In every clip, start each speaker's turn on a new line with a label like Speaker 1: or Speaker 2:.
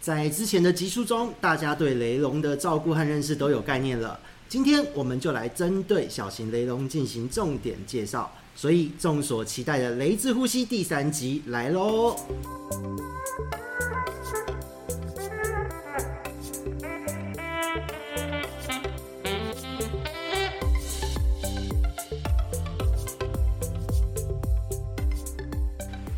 Speaker 1: 在之前的集数中，大家对雷龙的照顾和认识都有概念了。今天我们就来针对小型雷龙进行重点介绍，所以众所期待的《雷之呼吸》第三集来喽！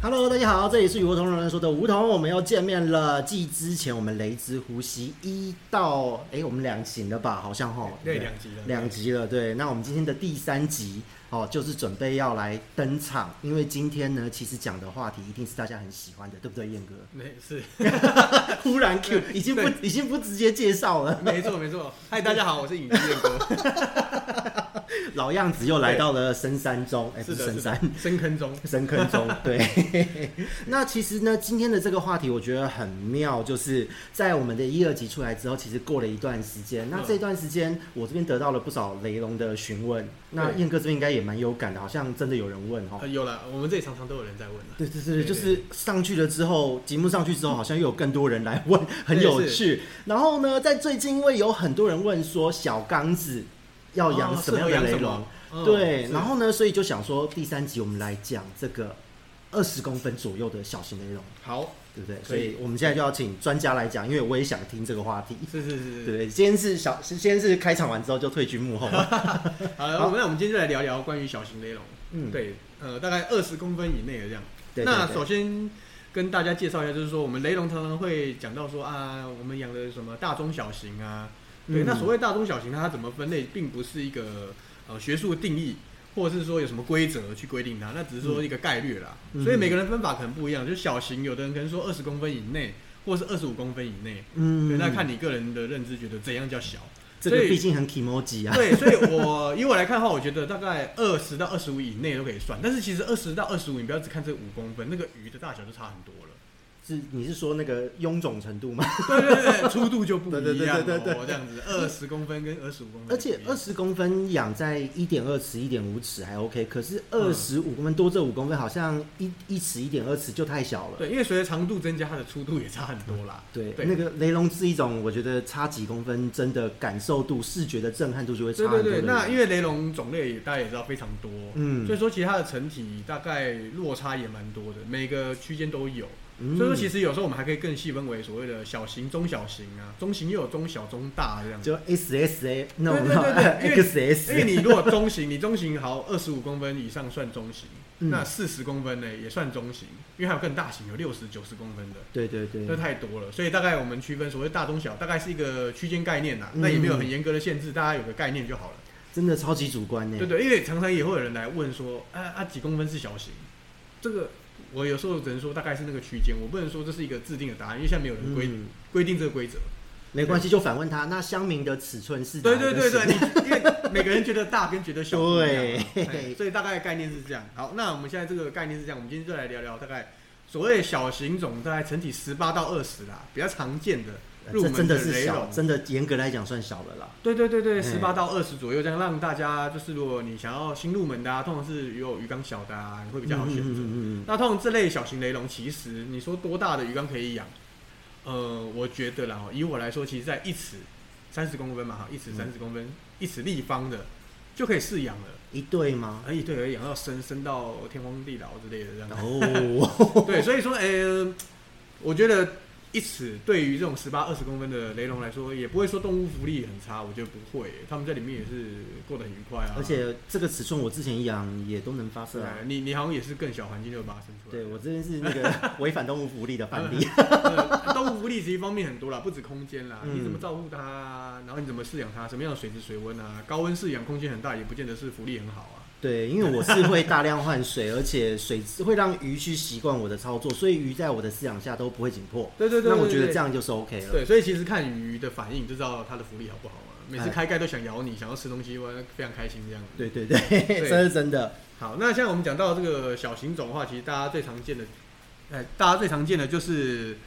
Speaker 1: Hello，大家好，这里是与梧桐人说的梧桐，我们又见面了。继之前我们雷之呼吸一到哎、诶我们两集了吧？好像哈，
Speaker 2: 对两集了
Speaker 1: 两集了。对，那我们今天的第三集哦，就是准备要来登场，因为今天呢，其实讲的话题一定是大家很喜欢的，对不对，燕哥？
Speaker 2: 没是，
Speaker 1: 忽然 Q，已经不已经不直接介绍了，
Speaker 2: 没错没错。嗨，大家好，我是影帝燕哥，
Speaker 1: 老样子又来到了深山中，哎、
Speaker 2: 是
Speaker 1: 不是
Speaker 2: 的，
Speaker 1: 深
Speaker 2: 是的
Speaker 1: 山，
Speaker 2: 深坑中，
Speaker 1: 深坑中，对。 那其实呢，今天的这个话题我觉得很妙，就是在我们的一二集出来之后，其实过了一段时间。那
Speaker 2: 嗯
Speaker 1: 这段时间，我这边得到了不少雷龙的询问。那
Speaker 2: 对
Speaker 1: 燕哥这边应该也蛮有感的，好像真的有人问哈
Speaker 2: 呃。有了，我们这里常常都有人在问啊了，
Speaker 1: 对对对，
Speaker 2: 对
Speaker 1: 就是上去了之后，节目上去之后，好像又有更多人来问，很有趣。然后呢，在最近，因为有很多人问说小刚子要养
Speaker 2: 哦
Speaker 1: 什么样的雷龙，？
Speaker 2: 适合养什么嗯
Speaker 1: 对，
Speaker 2: 是
Speaker 1: 然后呢，所以就想说第三集我们来讲这个二十公分左右的小型雷龙，
Speaker 2: 好，
Speaker 1: 对不对？所
Speaker 2: 可以
Speaker 1: 以我们现在就要请专家来讲，因为我也想听这个话题。
Speaker 2: 是是是
Speaker 1: 对
Speaker 2: 是。
Speaker 1: 对，今天是小，是今天是开场完之后就退居幕后。
Speaker 2: 好，那我们那我们今天就来聊聊关于小型雷龙，
Speaker 1: 嗯，
Speaker 2: 对，呃，大概二十公分以内的这样。
Speaker 1: 对对
Speaker 2: 那
Speaker 1: 对
Speaker 2: 首先跟大家介绍一下，就是说我们雷龙常常会讲到说啊，我们养的什么大中小型啊，对，
Speaker 1: 嗯
Speaker 2: 那所谓大中小型，它怎么分类，并不是一个呃学术定义，或者是说有什么规则去规定它，那只是说一个概率啦。
Speaker 1: 嗯
Speaker 2: 所以每个人分法可能不一样，就是小型，有的人可能说二十公分以内，或是二十五公分以内，对，
Speaker 1: 嗯，
Speaker 2: 那看你个人的认知，觉得怎样 叫小。
Speaker 1: 这个
Speaker 2: 所以
Speaker 1: 毕竟很 emoji 啊。
Speaker 2: 对，所以我以我来看的话，我觉得大概二十到二十五以内都可以算。但是其实二十到二十五，你不要只看这五公分，那个鱼的大小就差很多了。
Speaker 1: 是你是说那个臃肿程度吗？
Speaker 2: 对对对对，粗度就不一样、哦，
Speaker 1: 对对对对对对
Speaker 2: 这样子二十公分跟二十五公
Speaker 1: 而
Speaker 2: 分不一样，
Speaker 1: 且二十公分养在一点二尺、一点五尺还 OK，可是二十五公分多这五公分好像一一尺、一点二尺就太小了。
Speaker 2: 对，因为随着长度增加，它的粗度也差很多啦。
Speaker 1: 对，
Speaker 2: 对
Speaker 1: 那个雷龙是一种，我觉得差几公分，真的感受度、视觉的震撼度就会差
Speaker 2: 对
Speaker 1: 很多
Speaker 2: 对
Speaker 1: 的。
Speaker 2: 对，那因为雷龙种类大家也知道非常多，
Speaker 1: 嗯
Speaker 2: 所以说其实它的成体大概落差也蛮多的，每个区间都有。
Speaker 1: 嗯
Speaker 2: 所以说其实有时候我们还可以更细分为所谓的小型、中小型啊，中型又有中小、中大这样子。
Speaker 1: 就 S S A 那种
Speaker 2: 对对 对对因为
Speaker 1: X
Speaker 2: 因为
Speaker 1: S，
Speaker 2: 你如果中型，你中型好二十五公分以上算中型，
Speaker 1: 嗯
Speaker 2: 那四十公分呢也算中型，因为还有更大型，有六十、九十公分的，
Speaker 1: 对对对
Speaker 2: 这太多了。所以大概我们区分所谓大中小，大概是一个区间概念啦，
Speaker 1: 嗯
Speaker 2: 那也没有很严格的限制，大家有个概念就好了。
Speaker 1: 真的超级主观呢
Speaker 2: 对。对，因为常常也会有人来问说，啊啊几公分是小型？这个我有时候只能说大概是那个区间，我不能说这是一个制定的答案，因为现在没有人规、
Speaker 1: 嗯，
Speaker 2: 规定这个规则。
Speaker 1: 没关系，就反问他，那香茗的尺寸是哪
Speaker 2: 对
Speaker 1: 一个
Speaker 2: 对对
Speaker 1: 尺
Speaker 2: 对，你因为每个人觉得大跟觉得小不一样嘛，
Speaker 1: 对
Speaker 2: 嘿所以大概概念是这样。好，那我们现在这个概念是这样，我们今天就来聊聊大概所谓小型种，大概整体十八到二十啦，比较常见的
Speaker 1: 呃
Speaker 2: 入
Speaker 1: 这真
Speaker 2: 门
Speaker 1: 的
Speaker 2: 雷
Speaker 1: 是小，
Speaker 2: 龙。
Speaker 1: 真的严格来讲算小了啦。
Speaker 2: 对对对对，
Speaker 1: 嘿
Speaker 2: 十八到二十左右，这样让大家就是，如果你想要新入门的、啊，通常是有鱼缸小的、啊，你会比较好选
Speaker 1: 嗯
Speaker 2: 择。
Speaker 1: 嗯嗯嗯
Speaker 2: 那通常这类小型雷龙，其实你说多大的鱼缸可以养？呃，我觉得啦，以我来说，其实在一尺三十公分嘛，哈，一尺
Speaker 1: 嗯
Speaker 2: 三十公分，一尺立方的就可以饲养了。
Speaker 1: 一对吗？
Speaker 2: 而一对而养到深深到天荒地老之类的这样。
Speaker 1: 哦，
Speaker 2: 对，所以说，呃，我觉得一尺对于这种十八二十公分的雷龙来说，也不会说动物福利很差，我觉得不会，他们在里面也是过得很愉快啊。
Speaker 1: 而且这个尺寸我之前养也都能发
Speaker 2: 对
Speaker 1: 射
Speaker 2: 啊
Speaker 1: 啊。，
Speaker 2: 你你好像也是更小环境就把它生出来。
Speaker 1: 对 我这边是那个违反动物福利的反例。
Speaker 2: 呃动物福利其实方面很多啦，不止空间啦，
Speaker 1: 嗯
Speaker 2: 你怎么照顾它啊，然后你怎么饲养它，什么样的水质、水温啊，高温饲养空间很大，也不见得是福利很好啊。
Speaker 1: 对，因为我是会大量换水，而且水质会让鱼去习惯我的操作，所以鱼在我的饲养下都不会紧迫。
Speaker 2: 对对对
Speaker 1: 那我觉得这
Speaker 2: 样
Speaker 1: 样就是 OK 了。
Speaker 2: 对，所以其实看鱼的反应就知道它的福利好不好啊。每次
Speaker 1: 哎
Speaker 2: 开盖都想咬你，想要吃东西，我非常开心这样。
Speaker 1: 对对对，
Speaker 2: 对
Speaker 1: 这是真的。
Speaker 2: 好，那像我们讲到这个小型种的话，其实大家最常见的，呃，大家最常见的就是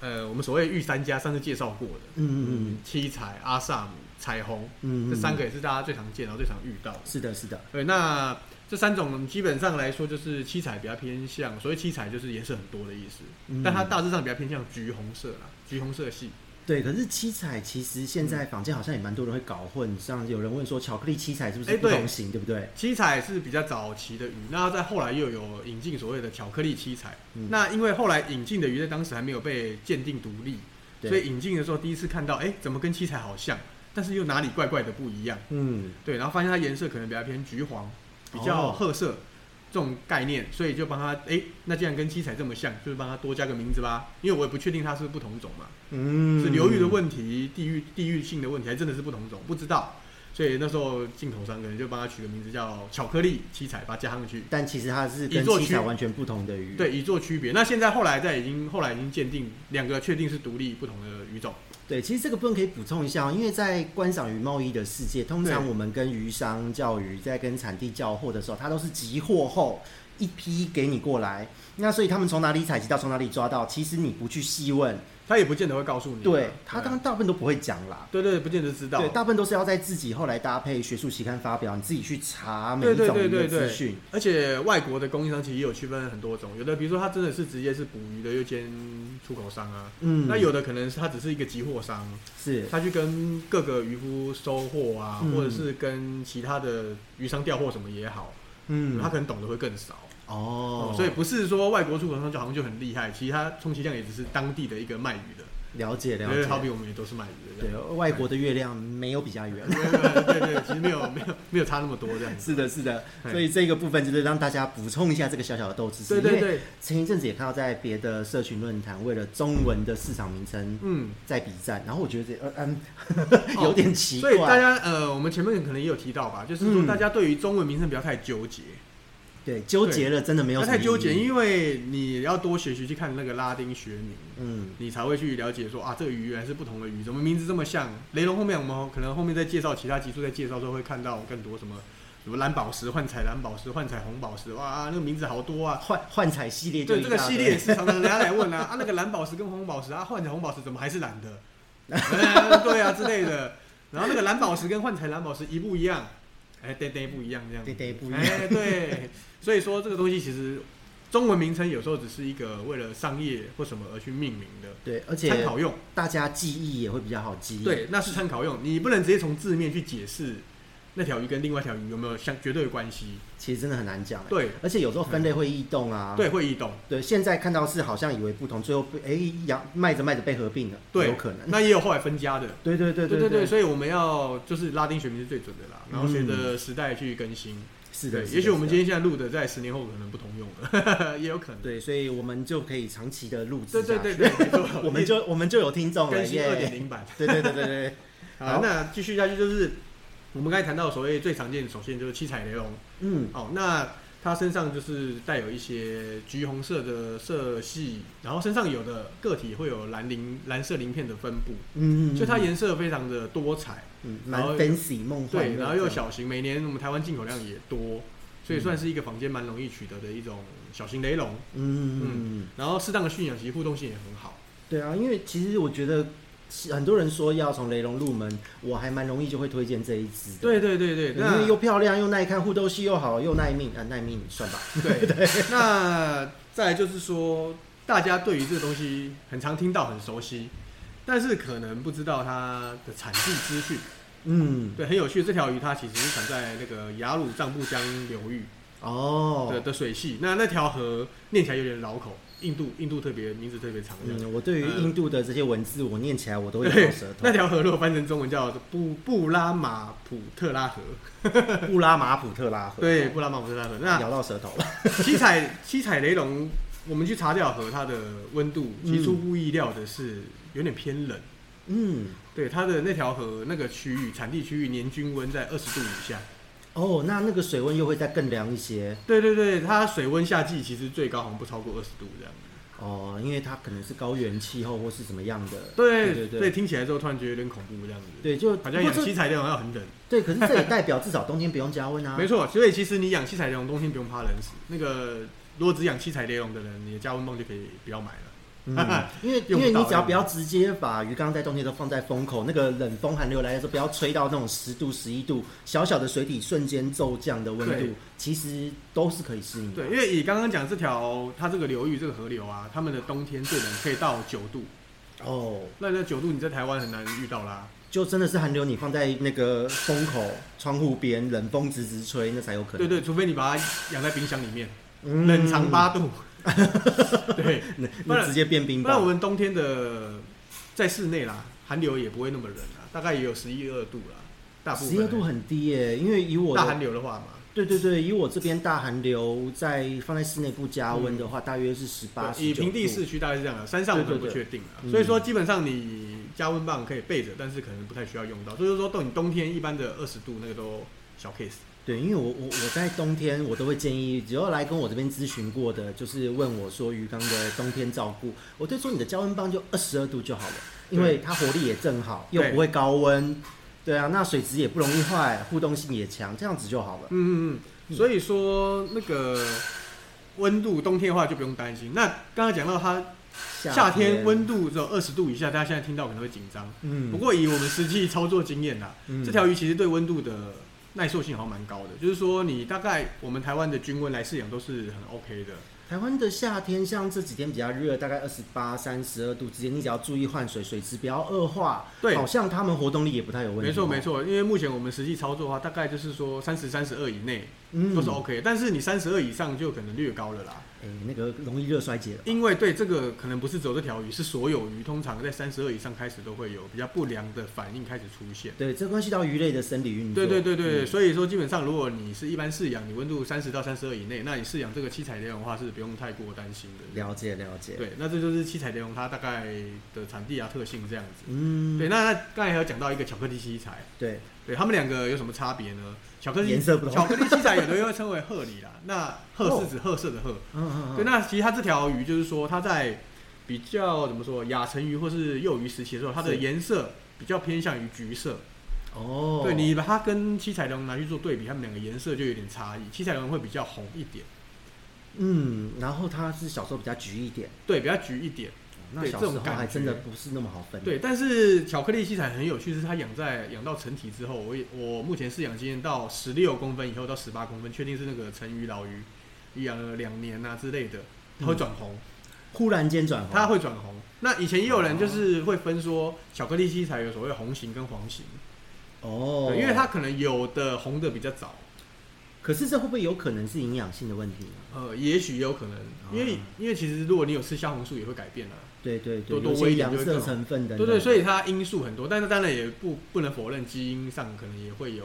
Speaker 2: 呃，我们所谓御三家上次介绍过的，
Speaker 1: 嗯嗯嗯，
Speaker 2: 七彩、阿萨姆、彩虹，
Speaker 1: 嗯，嗯
Speaker 2: 这三个也是大家最常见然后最常遇到的。
Speaker 1: 是的，是的，
Speaker 2: 对，那这三种基本上来说，就是七彩比较偏向，所谓七彩就是颜色很多的意思，
Speaker 1: 嗯
Speaker 2: 但它大致上比较偏向橘红色啦，橘红色系。
Speaker 1: 对。可是七彩其实现在坊间好像也蛮多人会搞混，像有人问说巧克力七彩是不是
Speaker 2: 哎
Speaker 1: 不
Speaker 2: 对
Speaker 1: 同型，对不对？
Speaker 2: 七彩是比较早期的鱼，那在后来又有引进所谓的巧克力七彩。
Speaker 1: 嗯
Speaker 2: 那因为后来引进的鱼在当时还没有被鉴定独立，
Speaker 1: 对
Speaker 2: 所以引进的时候第一次看到，哎、怎么跟七彩好像，但是又哪里怪怪的不一样？
Speaker 1: 嗯，
Speaker 2: 对，然后发现它颜色可能比较偏橘黄，比较
Speaker 1: 哦
Speaker 2: 褐色、这种概念，所以就帮它，哎、那既然跟七彩这么像，就是帮它多加个名字吧，因为我也不确定它是不是不同种嘛，
Speaker 1: 嗯，
Speaker 2: 是流域的问题、地域地域性的问题，还真的是不同种，不知道。所以那时候进口商可能就帮他取个名字叫巧克力七彩，把它加上去，
Speaker 1: 但其实它是跟
Speaker 2: 一座
Speaker 1: 七彩
Speaker 2: 区
Speaker 1: 完全不同的鱼。
Speaker 2: 对，以做区别。那现在后来在已经后来已经鉴定两个确定是独立不同的鱼种，
Speaker 1: 对，其实这个部分可以补充一下哦，因为在观赏鱼贸易的世界，通常
Speaker 2: 对
Speaker 1: 我们跟鱼商叫鱼，在跟产地叫货的时候，它都是集货后一批给你过来。那所以他们从哪里采集到，从哪里抓到，其实你不去细问，
Speaker 2: 他也不见得会告诉你。
Speaker 1: 对
Speaker 2: 啊
Speaker 1: 他当然大部分都不会讲啦。
Speaker 2: 对对，不见得知道。
Speaker 1: 对，大部分都是要在自己后来搭配学术期刊发表，你自己去查每
Speaker 2: 对
Speaker 1: 一
Speaker 2: 对
Speaker 1: 种
Speaker 2: 对
Speaker 1: 鱼的
Speaker 2: 对
Speaker 1: 资
Speaker 2: 对
Speaker 1: 讯。
Speaker 2: 而且外国的供应商其实也有区分很多种，有的比如说他真的是直接是捕鱼的又兼出口商啊，
Speaker 1: 嗯，
Speaker 2: 那有的可能是他只是一个集货商，
Speaker 1: 是
Speaker 2: 他去跟各个渔夫收货啊，
Speaker 1: 嗯
Speaker 2: 或者是跟其他的渔商调货什么也好，
Speaker 1: 嗯
Speaker 2: 他可能懂得会更少。
Speaker 1: 哦，
Speaker 2: 所以不是说外国出口商就好像就很厉害，其实他充其量也只是当地的一个卖鱼的，
Speaker 1: 了解了
Speaker 2: 因为好比
Speaker 1: 解。
Speaker 2: 我们也都是卖鱼的这
Speaker 1: 对
Speaker 2: 样。，
Speaker 1: 外国的月亮没有比较圆。
Speaker 2: 对对对，其实没有没有没有差那么多 这样子。
Speaker 1: 是的，是的，
Speaker 2: 对
Speaker 1: 所以这个部分就是让大家补充一下这个小小的斗知识。
Speaker 2: 对对
Speaker 1: 因为
Speaker 2: 对，
Speaker 1: 前一阵子也看到在别的社群论坛，为了中文的市场名称
Speaker 2: 嗯。
Speaker 1: 在比战，然后我觉得这呃嗯
Speaker 2: 哦
Speaker 1: 有点奇怪。
Speaker 2: 所以大家呃，我们前面可能也有提到吧，就是说
Speaker 1: 嗯
Speaker 2: 大家对于中文名称不要太纠结，
Speaker 1: 对纠结了，真的没
Speaker 2: 不
Speaker 1: 有
Speaker 2: 要
Speaker 1: 什么
Speaker 2: 太纠结，
Speaker 1: 意义。
Speaker 2: 因为你要多学习去看那个拉丁学名，
Speaker 1: 嗯，
Speaker 2: 你才会去了解说啊，这个鱼原来是不同的鱼，怎么名字这么像？雷龙后面我们可能后面再介绍其他集数再介绍的时候会看到更多什么什么蓝宝石、幻彩蓝宝石、幻彩红宝石，哇，那个名字好多啊！
Speaker 1: 幻幻彩系列就
Speaker 2: 对
Speaker 1: 一
Speaker 2: 这
Speaker 1: 大
Speaker 2: 个
Speaker 1: 堆
Speaker 2: 系列也是常常人家来问啊，啊那个蓝宝石跟红宝石啊，幻彩红宝石怎么还是蓝的？哎对啊之类的。然后那个蓝宝石跟幻彩蓝宝石一不一样？哎，对对不一样这样。
Speaker 1: 对对不一样。
Speaker 2: 哎，对，所以说这个东西其实中文名称有时候只是一个为了商业或什么而去命名的，
Speaker 1: 对，而
Speaker 2: 参
Speaker 1: 且
Speaker 2: 考用。
Speaker 1: 大家记忆也会比较好记忆。
Speaker 2: 对，那是参考用，你不能直接从字面去解释那条鱼跟另外一条鱼有没有相绝对的关系。
Speaker 1: 其实真的很难讲。，欸
Speaker 2: 对，
Speaker 1: 而且有时候分类会异动啊。
Speaker 2: 对，会移动。
Speaker 1: 对，现在看到是好像以为不同，最后被哎养卖着卖着被合并了，
Speaker 2: 对
Speaker 1: 有可能。
Speaker 2: 那也有后来分家的。
Speaker 1: 对对对
Speaker 2: 对
Speaker 1: 对
Speaker 2: 对对，所以我们要就是拉丁学名是最准的啦，然后随着时代去更新。
Speaker 1: 是的
Speaker 2: 对，，
Speaker 1: 是
Speaker 2: 也许
Speaker 1: 的
Speaker 2: 我们
Speaker 1: 是的
Speaker 2: 今天现在录的，在十年后可能不通用了，也有可能。
Speaker 1: 对，所以我们就可以长期的录制
Speaker 2: 对
Speaker 1: 下
Speaker 2: 对
Speaker 1: 去。，
Speaker 2: 对对，没错
Speaker 1: 我们就我们就有听众了
Speaker 2: 更新二点
Speaker 1: 耶。
Speaker 2: 零版。
Speaker 1: 对对对对对，好
Speaker 2: 好，那继续下去就是我们刚才谈到所谓最常见的，首先就是七彩雷龙。
Speaker 1: 嗯，
Speaker 2: 哦，那它身上就是带有一些橘红色的色系，然后身上有的个体会有蓝鳞、蓝色鳞片的分布，
Speaker 1: 嗯，
Speaker 2: 所以它
Speaker 1: 也
Speaker 2: 颜色非常的多彩。
Speaker 1: 蛮
Speaker 2: 然后
Speaker 1: fancy 梦幻的，
Speaker 2: 对，然后又，小型，每年我们台湾进口量也多，所以算是一个房间蛮容易取得的一种小型雷龙。
Speaker 1: 嗯，
Speaker 2: 然后适当的驯养，其实互动性也很好。
Speaker 1: 对啊，因为其实我觉得很多人说要从雷龙入门，我还蛮容易就会推荐这一支的。
Speaker 2: 对对对对，
Speaker 1: 对，
Speaker 2: 那
Speaker 1: 因为又漂亮又耐看，互动性又好，又耐命啊，耐命算吧。
Speaker 2: 对那再来就是说，大家对于这个东西很常听到，很熟悉，但是可能不知道它的产地资讯。
Speaker 1: 嗯，
Speaker 2: 对，很有趣。这条鱼它其实是产在那个雅鲁藏布江流域的
Speaker 1: 哦，
Speaker 2: 的水系。那那条河念起来有点绕口，印度印度特别名字特别长这样。
Speaker 1: 嗯，我对于
Speaker 2: 呃
Speaker 1: 印度的这些文字，我念起来我都会咬
Speaker 2: 对
Speaker 1: 舌，头
Speaker 2: 那。条河如果翻成中文叫布布拉马普特拉河，
Speaker 1: 布拉马普特拉河，
Speaker 2: 对，，布拉马普特拉河。那
Speaker 1: 咬到舌头了。
Speaker 2: 七彩七彩雷龙，我们去查这条河，它的温度其实出乎意料的是有点偏冷。
Speaker 1: 嗯。
Speaker 2: 对，它的那条河那个区域产地区域年均温在二十度以下。
Speaker 1: 哦，那那个水温又会再更凉一些
Speaker 2: 对对对，它水温夏季其实最高好像不超过二十度这样。
Speaker 1: 哦，因为它可能是高原气候或是什么样的。
Speaker 2: 对
Speaker 1: 对对
Speaker 2: 所以听起来之后突然觉得有点恐怖这样子。，
Speaker 1: 对，就
Speaker 2: 好像
Speaker 1: 不
Speaker 2: 养
Speaker 1: 过这
Speaker 2: 七彩雷龙要很冷。
Speaker 1: 对，可是这也代表至少冬天不用加温啊。
Speaker 2: 没错，所以其实你养七彩雷龙冬天不用怕冷死。那个如果只养七彩雷龙的人，你的加温棒就可以不要买了。
Speaker 1: 嗯，因为因
Speaker 2: 用不
Speaker 1: 为你
Speaker 2: 到
Speaker 1: 只要不要直接把鱼缸在冬天都放在风口，那个冷风寒流来的时候，不要吹到那种十度、十一度，小小的水体瞬间骤降的温度
Speaker 2: 对，
Speaker 1: 其实都是可以适应的。
Speaker 2: 对，因为以刚刚讲这条它这个流域这个河流啊，他们的冬天最冷可以到九度，
Speaker 1: 哦，
Speaker 2: 那那九度你在台湾很难遇到啦。
Speaker 1: 就真的是寒流，你放在那个风口、窗户边，冷风直直吹，那才有可能。
Speaker 2: 对对，除非你把它养在冰箱里面，
Speaker 1: 嗯
Speaker 2: 冷藏八 度。对，
Speaker 1: 你
Speaker 2: 不然
Speaker 1: 直接变冰
Speaker 2: 不然我
Speaker 1: 雹。
Speaker 2: 们冬天的在室内啦，寒流也不会那么冷啦，大概也有十一二度啦，大部分哎
Speaker 1: 十二度很低耶、因为以我
Speaker 2: 大寒
Speaker 1: 的
Speaker 2: 流的话嘛，
Speaker 1: 对对对，以我这边大寒流在放在室内不加温的话，大约是十八、
Speaker 2: 对以
Speaker 1: 十九
Speaker 2: 平地
Speaker 1: 度。
Speaker 2: 市区大概是这样的，山上我
Speaker 1: 对
Speaker 2: 们
Speaker 1: 对
Speaker 2: 不
Speaker 1: 对
Speaker 2: 确定啊。
Speaker 1: 嗯
Speaker 2: 所以说基本上你加温棒可以备着，但是可能不太需要用到。所以说到你冬天一般的二十度那个都小 case。
Speaker 1: 对，因为我我我在冬天我都会建议，只要来跟我这边咨询过的，就是问我说鱼缸的冬天照顾，我就说你的加温棒就二十二度就好了，因为它活力也正好，又
Speaker 2: 对
Speaker 1: 不会高温。对啊，那水质也不容易坏，互动性也强，这样子就好了。
Speaker 2: 嗯嗯
Speaker 1: 嗯
Speaker 2: 嗯，所以说那个温度冬天的话就不用担心。那刚刚讲到它夏天温，度只有二十度以下，大家现在听到可能会紧张。
Speaker 1: 嗯，
Speaker 2: 不过以我们实际操作经验呐、
Speaker 1: 嗯
Speaker 2: 这条鱼其实对温度的耐受性好像蛮高的，就是说你大概我们台湾的均温来饲养都是很 OK 的。
Speaker 1: 台湾的夏天，像这几天比较热，大概二十八、三十二度之间，你只要注意换水，水质不要恶化。
Speaker 2: 对
Speaker 1: 好像他们活动力也不太有问题。哦
Speaker 2: 没错没，错，因为目前我们实际操作的话，大概就是说三十、三十二以内
Speaker 1: 嗯，
Speaker 2: 都是哦 OK，、但是你三十二以上就可能略高了啦。
Speaker 1: 哎、那个容易热衰竭了。
Speaker 2: 因为对这个可能不是走这条鱼，是所有鱼通常在三十二以上开始都会有比较不良的反应开始出现。
Speaker 1: 对，这关系到鱼类的生理运作。
Speaker 2: 对对对对，
Speaker 1: 嗯
Speaker 2: 所以说基本上如果你是一般饲养，你温度三十到三十二以内，那你饲养这个七彩雷龙的话是不用太过担心的。
Speaker 1: 了解了解。，
Speaker 2: 对，那这就是七彩雷龙它大概的产地啊特性这样子。
Speaker 1: 嗯，
Speaker 2: 对，那那刚才还有讲到一个巧克力七彩，
Speaker 1: 对，
Speaker 2: 对他们两个有什么差别呢？巧克力
Speaker 1: 颜色不同
Speaker 2: 巧克力七彩有的又称为褐里啦， 那褐是指褐色的褐。
Speaker 1: 嗯嗯
Speaker 2: 对，那其实它这条鱼就是说，它在比较怎么说亚成鱼或是幼鱼时期的时候，它的
Speaker 1: 是
Speaker 2: 颜色比较偏向于橘色。
Speaker 1: 哦，
Speaker 2: 对你把它跟七彩龙拿去做对比，它们两个颜色就有点差异。七彩龙会比较红一点，
Speaker 1: 嗯，然后它是小时候比较橘一点，
Speaker 2: 对，比较橘一点。
Speaker 1: 那
Speaker 2: 对
Speaker 1: 小
Speaker 2: 这
Speaker 1: 时
Speaker 2: 种
Speaker 1: 候
Speaker 2: 感
Speaker 1: 还真的
Speaker 2: 觉
Speaker 1: 不是那么好分。
Speaker 2: 对，但是巧克力七彩很有趣，是它养在养到成体之后，我也我目前饲养经验到十六公分以后到十八公分，确定是那个成鱼老鱼，养了两年啊之类的，它会转红，
Speaker 1: 忽然间转红，
Speaker 2: 它会转红。那以前也有人就是会分说巧克力七彩有所谓红型跟黄型，
Speaker 1: 哦，
Speaker 2: 对因为它可能有的红的比较早，
Speaker 1: 可是这会不会有可能是营养性的问题呢？
Speaker 2: 呃，也许也有可能，因为因为其实如果你有吃虾红素也会改变啊，
Speaker 1: 对对对，
Speaker 2: 多多
Speaker 1: 有些
Speaker 2: 喂一点
Speaker 1: 凉
Speaker 2: 就会
Speaker 1: 色
Speaker 2: 更好
Speaker 1: 成分等等。
Speaker 2: 对对，所以它因素很多，但是当然也不不能否认基因上可能也会有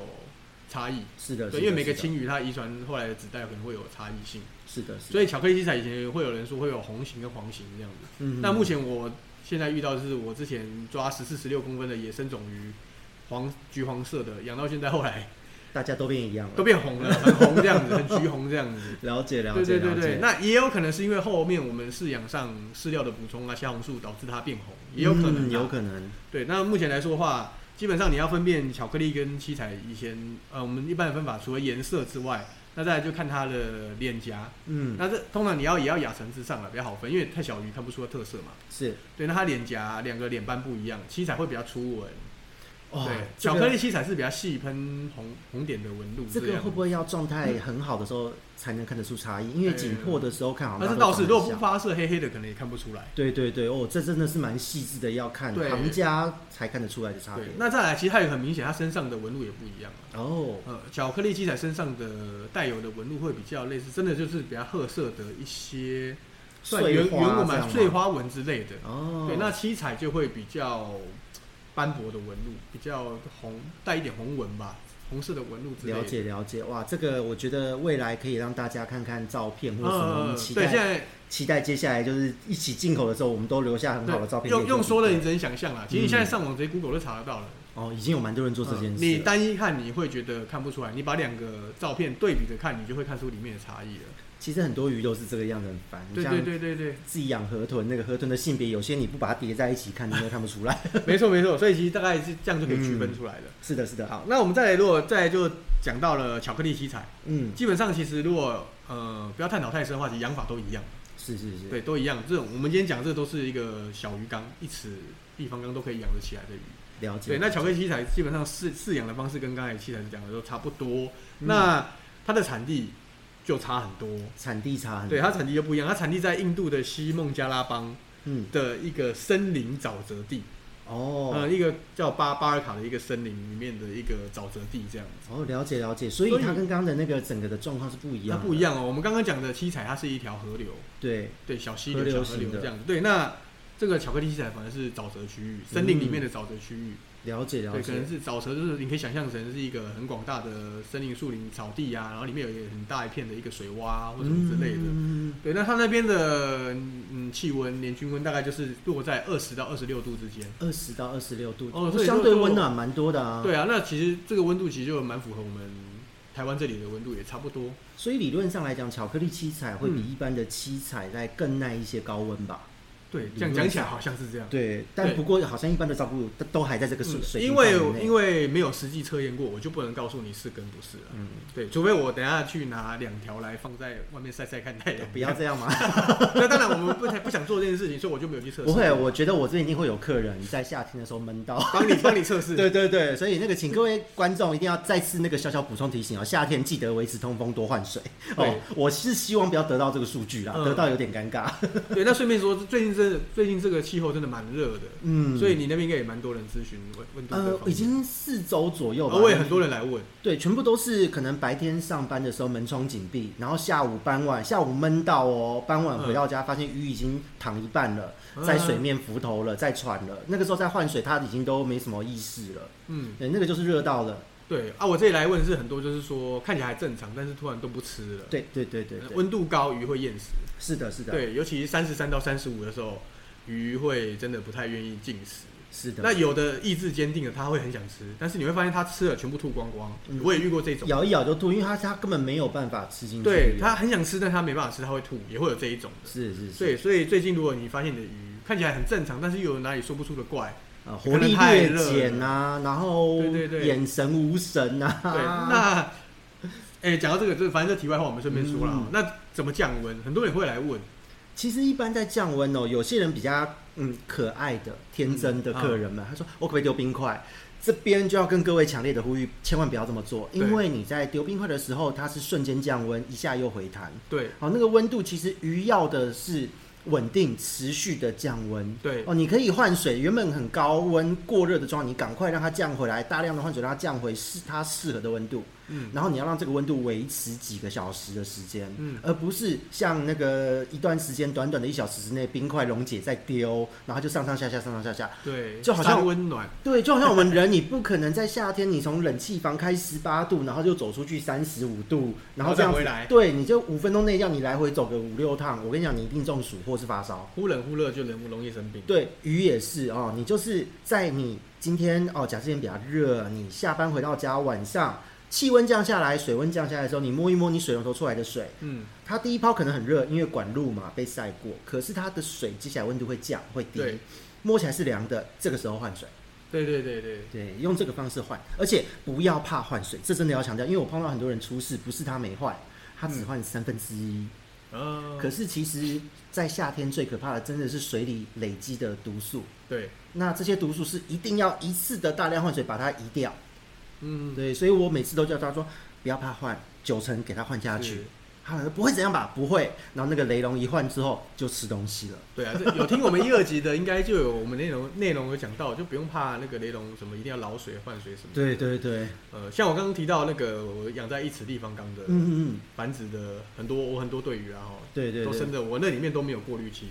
Speaker 2: 差异。
Speaker 1: 是的，
Speaker 2: 对，
Speaker 1: 是
Speaker 2: 因为
Speaker 1: 的
Speaker 2: 每个
Speaker 1: 是的
Speaker 2: 青鱼它遗传后来的子代可能会有差异性，
Speaker 1: 是的，
Speaker 2: 所
Speaker 1: 以
Speaker 2: 以巧克力七彩以前会有人说会有红型跟黄型这样子。
Speaker 1: 嗯
Speaker 2: 那目前我现在遇到的是我之前抓十四、十六公分的野生种鱼，黄橘黄色的，养到现在后来
Speaker 1: 大家都变一样
Speaker 2: 都
Speaker 1: 了，
Speaker 2: 变红了，很红这样子，很橘红这样子。
Speaker 1: 了解了
Speaker 2: 对
Speaker 1: 解
Speaker 2: 对
Speaker 1: 了
Speaker 2: 对对，
Speaker 1: 解。
Speaker 2: 那也有可能是因为后面我们饲养上饲料的补充啊，虾红素导致它变红，也有可能啊、
Speaker 1: 嗯有可能，
Speaker 2: 对，那目前来说的话，基本上你要分辨巧克力跟七彩，以前呃我们一般的分法，除了颜色之外，那再来就看它的脸颊。
Speaker 1: 嗯，
Speaker 2: 那这通常你要也要亚成之上了，比较好分，因为太小鱼看不出它特色嘛。
Speaker 1: 是
Speaker 2: 对，那它脸颊两个脸斑不一样，七彩会比较粗纹。
Speaker 1: 哇
Speaker 2: 对，，
Speaker 1: 这
Speaker 2: 巧
Speaker 1: 个
Speaker 2: 克力七彩是比较细喷红红点的纹路
Speaker 1: 这个
Speaker 2: 样
Speaker 1: 会不会要状态很好的时候才能看得出差异？因为紧迫的时候看好像
Speaker 2: 但是
Speaker 1: 大家
Speaker 2: 倒
Speaker 1: 都
Speaker 2: 是，
Speaker 1: 长得
Speaker 2: 如果
Speaker 1: 很
Speaker 2: 不
Speaker 1: 像。
Speaker 2: 发射黑黑的，可能也看不出来。
Speaker 1: 对对对，哦，这真的是蛮细致的，要看
Speaker 2: 对
Speaker 1: 行家才看得出来的差别
Speaker 2: 对。，那再来，其实它也很明显，它身上的纹路也不一样啊。
Speaker 1: 哦，
Speaker 2: 呃，巧克力七彩身上的带有的纹路会比较类似，真的就是比较褐色的一些算圆
Speaker 1: 碎
Speaker 2: 圆
Speaker 1: 花
Speaker 2: 纹
Speaker 1: 这样
Speaker 2: 嘛，
Speaker 1: 吗
Speaker 2: 碎花纹之类的。
Speaker 1: 哦，
Speaker 2: 对，那七彩就会比较斑驳的纹路，比较红，带一点红纹吧，红色的纹路之类的。
Speaker 1: 了解了解，哇，这个我觉得未来可以让大家看看照片或
Speaker 2: 嗯。
Speaker 1: 者什么，我
Speaker 2: 嗯，
Speaker 1: 们
Speaker 2: 嗯
Speaker 1: 期
Speaker 2: 对，现
Speaker 1: 待
Speaker 2: 在
Speaker 1: 期待接下来就是一起进口的时候，我们都留下很好的照
Speaker 2: 对
Speaker 1: 片。
Speaker 2: 用用说的，你
Speaker 1: 的
Speaker 2: 只能想象啦。其实你现在上网直接 Google 就查得到了。
Speaker 1: 哦，已经有蛮多人嗯做这件
Speaker 2: 嗯
Speaker 1: 事
Speaker 2: 你
Speaker 1: 了。
Speaker 2: 单一看你会觉得看不出来，你把两个照片对比着看，你就会看出里面的差异了。
Speaker 1: 其实很多鱼都是这个样子，很烦。
Speaker 2: 对
Speaker 1: 像
Speaker 2: 对对对对。
Speaker 1: 自己养河豚，那个河豚的性别有些你不把它叠在一起看，你都看不出来。
Speaker 2: 没错没错，所以其实大概是这样就可以区分出来了。
Speaker 1: 是的，是的，
Speaker 2: 好，那我们再来，如果再来就讲到了巧克力七彩，
Speaker 1: 嗯，
Speaker 2: 基本上其实如果呃不要探讨太深的话，其实养法都一样。
Speaker 1: 是是是，
Speaker 2: 对，都一样。这种我们今天讲，这都是一个小鱼缸，一尺立方缸都可以养得起来的鱼。
Speaker 1: 了解。
Speaker 2: 对，那巧克力七彩基本上饲饲养的方式跟刚才七彩讲的都差不多，那它的产地就差很多。
Speaker 1: 产地差很
Speaker 2: 对，它产地就不一样，它产地在印度的西孟加拉邦
Speaker 1: 嗯
Speaker 2: 的一个森林沼泽地，
Speaker 1: 哦、
Speaker 2: 呃，一个叫巴巴尔卡的一个森林里面的一个沼泽地这样子。
Speaker 1: 哦，了解了解，所以
Speaker 2: 所以
Speaker 1: 它跟刚刚的那个整个的状况是不一
Speaker 2: 它
Speaker 1: 样，
Speaker 2: 不一，样哦，我们刚刚讲的七彩，它是一条河流，
Speaker 1: 对，
Speaker 2: 对，小溪
Speaker 1: 河
Speaker 2: 流、
Speaker 1: 流
Speaker 2: 小河
Speaker 1: 型
Speaker 2: 流
Speaker 1: 的
Speaker 2: 这样子。对，那这个巧克力七彩反而是沼泽区域，森林里面的沼泽区域。
Speaker 1: 了解了
Speaker 2: 对，可
Speaker 1: 解
Speaker 2: 能，是沼泽，就是你可以想象成是一个很广大的森林、树林、草地啊，然后里面有一个很大一片的一个水洼啊或什么之类的。
Speaker 1: 嗯
Speaker 2: 对，那它那边的嗯气温年均温大概就是落在二十到二十六度之间。
Speaker 1: 二十到二十六度，不
Speaker 2: 哦所以
Speaker 1: 相
Speaker 2: 就
Speaker 1: 对
Speaker 2: 就
Speaker 1: 温暖蛮多的啊。，
Speaker 2: 对啊，那其实这个温度其实就蛮符合我们台湾这里的温度，也差不多。
Speaker 1: 所以理论上来讲，巧克力七彩会比
Speaker 2: 嗯
Speaker 1: 一般的七彩在更耐一些高温吧？
Speaker 2: 对，这样讲起来好像是这样。
Speaker 1: 对，但
Speaker 2: 对
Speaker 1: 不过好像一般的照顾都都还在这个水
Speaker 2: 嗯
Speaker 1: 水平
Speaker 2: 因为
Speaker 1: 范围内
Speaker 2: 因为没有实际测验过，我就不能告诉你是跟不是了。
Speaker 1: 嗯，
Speaker 2: 对，除非我等一下去拿两条来放在外面晒晒看太阳。
Speaker 1: 不要这样嘛。
Speaker 2: 那当然，我们不太不想做这件事情，所以我就没有去测 试。
Speaker 1: 不会，我觉得我这一定会有客人在夏天的时候闷到。
Speaker 2: 帮你帮你测 试。
Speaker 1: 对对对，所以那个请各位观众一定要再次那个小小补充提醒哦，夏天记得维持通风，多换水哦
Speaker 2: 对。
Speaker 1: 我是希望不要得到这个数据啦，
Speaker 2: 嗯
Speaker 1: 得到有点尴尬。
Speaker 2: 对，那顺便说，最近这最近这个气候真的蛮热的，
Speaker 1: 嗯，
Speaker 2: 所以你那边应该也蛮多人咨询温温度这
Speaker 1: 呃
Speaker 2: 方面。
Speaker 1: 已经四周左右吧，
Speaker 2: 呃我也很多人来问，
Speaker 1: 对，全部都是可能白天上班的时候门窗紧闭，然后下午傍晚下午闷到哦，傍晚回到家发现鱼已经躺一半了，
Speaker 2: 嗯
Speaker 1: 在水面浮头了，在喘了，那个时候再换水，它已经都没什么意识了。
Speaker 2: 嗯，
Speaker 1: 对，那个就是热到了。
Speaker 2: 对啊，我这里来问是很多，就是说看起来还正常，但是突然都不吃了。
Speaker 1: 对对对对
Speaker 2: 呃，
Speaker 1: 对，
Speaker 2: 温度高鱼会厌食，
Speaker 1: 是的，是的，，
Speaker 2: 对，尤其三十三到三十五的时候，鱼会真的不太愿意进食。
Speaker 1: 是的。
Speaker 2: 那有的意志坚定的，他会很想吃，但是你会发现他吃了全部吐光光。
Speaker 1: 嗯
Speaker 2: 我也遇过这种，
Speaker 1: 咬一咬就吐，因为它它根本没有办法吃进去。
Speaker 2: 对他很想吃，但他没办法吃，他会吐，也会有这一种的。
Speaker 1: 是是是，
Speaker 2: 对，所以最近如果你发现你的鱼看起来很正常，但是又有哪里说不出的怪，
Speaker 1: 啊，
Speaker 2: 可
Speaker 1: 活
Speaker 2: 能
Speaker 1: 力
Speaker 2: 太
Speaker 1: 略
Speaker 2: 热
Speaker 1: 减啊，然后
Speaker 2: 对对对
Speaker 1: 眼神无神 啊。
Speaker 2: 对，那 哎，讲、到这个，就反正这题外话，我们顺便说了、啊
Speaker 1: 嗯
Speaker 2: 那怎么降温？很多人会来问，
Speaker 1: 其实一般在降温哦，有些人比较嗯可爱的、天真的客
Speaker 2: 嗯
Speaker 1: 人们，他说我可不可以丢冰块？这边就要跟各位强烈的呼吁，千万不要这么做，因
Speaker 2: 对
Speaker 1: 为你在丢冰块的时候，它是瞬间降温，一下又回弹。
Speaker 2: 对
Speaker 1: 好，那个温度其实鱼要的是稳定持续的降温。
Speaker 2: 对
Speaker 1: 哦，你可以换水，原本很高温过热的状况，你赶快让它降回来，大量的换水让它降回适它适合的温度。
Speaker 2: 嗯，
Speaker 1: 然后你要让这个温度维持几个小时的时间，
Speaker 2: 嗯
Speaker 1: 而不是像那个一段时间短短的一小时之内冰块溶解再丢，然后就上上下下上上下下。
Speaker 2: 对，
Speaker 1: 就好像
Speaker 2: 三温暖，
Speaker 1: 对，就好像我们人，你不可能在夏天你从冷气房开十八度，然后就走出去三十五度，然后这样
Speaker 2: 再
Speaker 1: 子
Speaker 2: 回来
Speaker 1: 对，你就五分钟内要你来回走个五六趟，我跟你讲，你一定中暑或是发烧。
Speaker 2: 忽冷忽热就容容易生病。
Speaker 1: 对，鱼也是哦，你就是在你今天哦，假设天比较热，你下班回到家晚上。气温降下来，水温降下来的时候，你摸一摸你水龙头出来的水，
Speaker 2: 嗯，
Speaker 1: 它第一泡可能很热，因为管路嘛被晒过，可是它的水接下来温度会降会低
Speaker 2: 对，
Speaker 1: 摸起来是凉的，这个时候换水，
Speaker 2: 对对对对，
Speaker 1: 对，用这个方式换，而且不要怕换水，这真的要强调，因为我碰到很多人出事，不是他没换，他只换三分之一，
Speaker 2: 嗯，
Speaker 1: 可是其实，在夏天最可怕的真的是水里累积的毒素，
Speaker 2: 对，
Speaker 1: 那这些毒素是一定要一次的大量换水把它移掉。
Speaker 2: 嗯，
Speaker 1: 对，所以我每次都叫他说不要怕换，九成给他换下去
Speaker 2: 是。
Speaker 1: 他说不会怎样吧？不会。然后那个雷龙一换之后就吃东西了。
Speaker 2: 对啊，这有听我们一二集的，应该就有我们内容内容有讲到，就不用怕那个雷龙什么一定要捞水换水什么。
Speaker 1: 对对对，
Speaker 2: 呃，像我刚刚提到那个我养在一尺立方缸的
Speaker 1: 嗯嗯
Speaker 2: 繁殖的很多，我很多对鱼啊，哦，
Speaker 1: 对对对
Speaker 2: 都生的，我那里面都没有过滤器，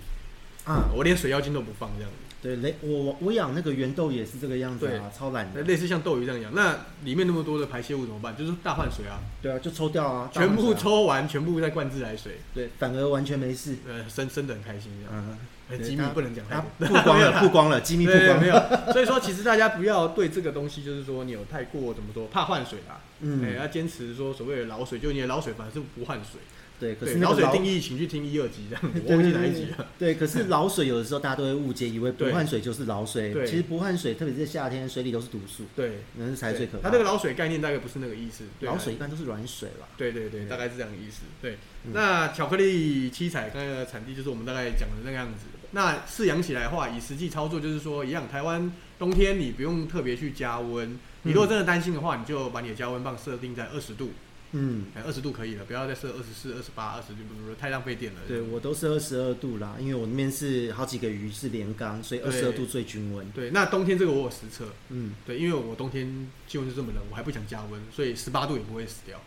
Speaker 1: 嗯啊，
Speaker 2: 我连水妖精都不放这样子，
Speaker 1: 对雷我我养那个圆豆也是这个样子啊，超懒
Speaker 2: 那
Speaker 1: 的。
Speaker 2: 类似像斗鱼这样养，那里面那么多的排泄物怎么办？就是大换水啊，
Speaker 1: 对啊，就抽掉啊，
Speaker 2: 全部
Speaker 1: 大换水啊。
Speaker 2: 抽完，全部再灌自来水，
Speaker 1: 对，反而完全没事。
Speaker 2: 呃，生生的很开心这样。
Speaker 1: 嗯，
Speaker 2: 呃
Speaker 1: 对
Speaker 2: 机密
Speaker 1: 他
Speaker 2: 不能讲太
Speaker 1: 啊
Speaker 2: 多，
Speaker 1: 曝光 了，曝光了，机密曝
Speaker 2: 对
Speaker 1: 光
Speaker 2: 没
Speaker 1: 了。
Speaker 2: 有。 所以说，其实大家不要对这个东西，就是说你有太过怎么说怕换水啦，哎、
Speaker 1: 嗯，
Speaker 2: 要坚持说所谓的老水，就你的老水反而是不换水，
Speaker 1: 对，可
Speaker 2: 对，
Speaker 1: 是那
Speaker 2: 老
Speaker 1: 个
Speaker 2: 水
Speaker 1: 老
Speaker 2: 定义，请去听一二集这样， 我忘记哪一集了。
Speaker 1: 对，可是老水有的时候大家都会误解，以为不
Speaker 2: 对
Speaker 1: 换水就是老水，
Speaker 2: 对
Speaker 1: 其实不换水，特别是在夏天，水里都是毒素，
Speaker 2: 对，
Speaker 1: 那是才最可怕
Speaker 2: 它
Speaker 1: 的。
Speaker 2: 这个老水概念大概不是那个意思，对啊
Speaker 1: 老水一般都是软水啦，
Speaker 2: 对对对，
Speaker 1: 对
Speaker 2: 大概是这样的意思。对，
Speaker 1: 嗯
Speaker 2: 那巧克力七彩刚才的产地就是我们大概讲的那个样子。那饲养起来的话，以实际操作就是说，一样，台湾冬天你不用特别去加温。你如果真的担心的话，你就把你的加温棒设定在二十度，
Speaker 1: 嗯，
Speaker 2: 哎，二十度可以了，不要再设二十四、二十八、二十六，太浪费电了。
Speaker 1: 对我都是二十二度啦，因为我那边是好几个鱼是连缸，所以二
Speaker 2: 对
Speaker 1: 十二度最均温。
Speaker 2: 对，那冬天这个我有实测，
Speaker 1: 嗯，
Speaker 2: 对，因为我冬天气温就这么冷，我还不想加温，所以十八度也不会死掉。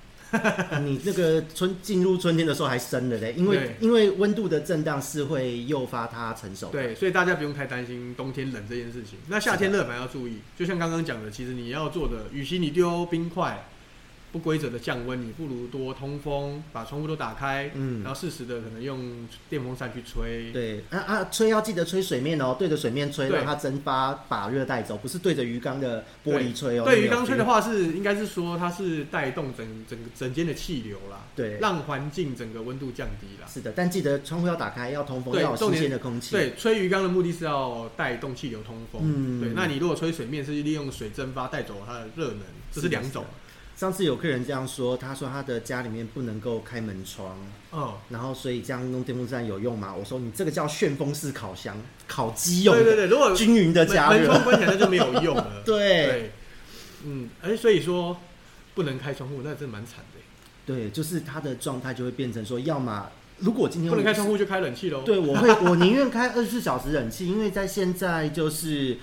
Speaker 1: 你那个春进入春天的时候还生了嘞，因为
Speaker 2: 对
Speaker 1: 因为温度的震荡是会诱发它成熟。，
Speaker 2: 对，所以大家不用太担心冬天冷这件事情。那夏天热反而要注意，就像刚刚讲的，其实你要做的，与其你丢冰块不规则的降温，你不如多通风，把窗户都打开，
Speaker 1: 嗯
Speaker 2: 然，后适时的可能用电风扇去吹。
Speaker 1: 对啊啊，吹要记得吹水面哦，对着水面吹，
Speaker 2: 对
Speaker 1: 让它蒸发把热带走，不是对着鱼缸的玻璃吹哦。
Speaker 2: 对于刚吹的
Speaker 1: 话，
Speaker 2: 话是，应该是说它是带动整整个整间的气流啦，
Speaker 1: 对，
Speaker 2: 让环境整个温度降低啦。
Speaker 1: 是的，但记得窗户要打开，要通风，
Speaker 2: 对
Speaker 1: 要有新鲜的空气。，
Speaker 2: 对，吹鱼缸的目的是要带动气流通风。
Speaker 1: 嗯
Speaker 2: 对，那你如果吹水面是利用水蒸发带走它的热能，这
Speaker 1: 是
Speaker 2: 是
Speaker 1: 的
Speaker 2: 两
Speaker 1: 是的
Speaker 2: 种。
Speaker 1: 上次有客人这样说，他说他的家里面不能够开门窗，
Speaker 2: 哦，
Speaker 1: 然后所以这样弄电风扇有用吗？我说你这个叫旋风式烤箱，烤鸡用的，
Speaker 2: 对对对，如果
Speaker 1: 均匀的加
Speaker 2: 门门窗
Speaker 1: 热。。
Speaker 2: 关起来那就没有用了
Speaker 1: 对
Speaker 2: 对，嗯，哎、所以说不能开窗户，那真的蛮惨的。
Speaker 1: 对，就是它的状态就会变成说，要么如果今天
Speaker 2: 不能
Speaker 1: 我
Speaker 2: 开窗户就开冷气喽。
Speaker 1: 对，我会，我宁愿开二十四小时冷气，因为在现在就是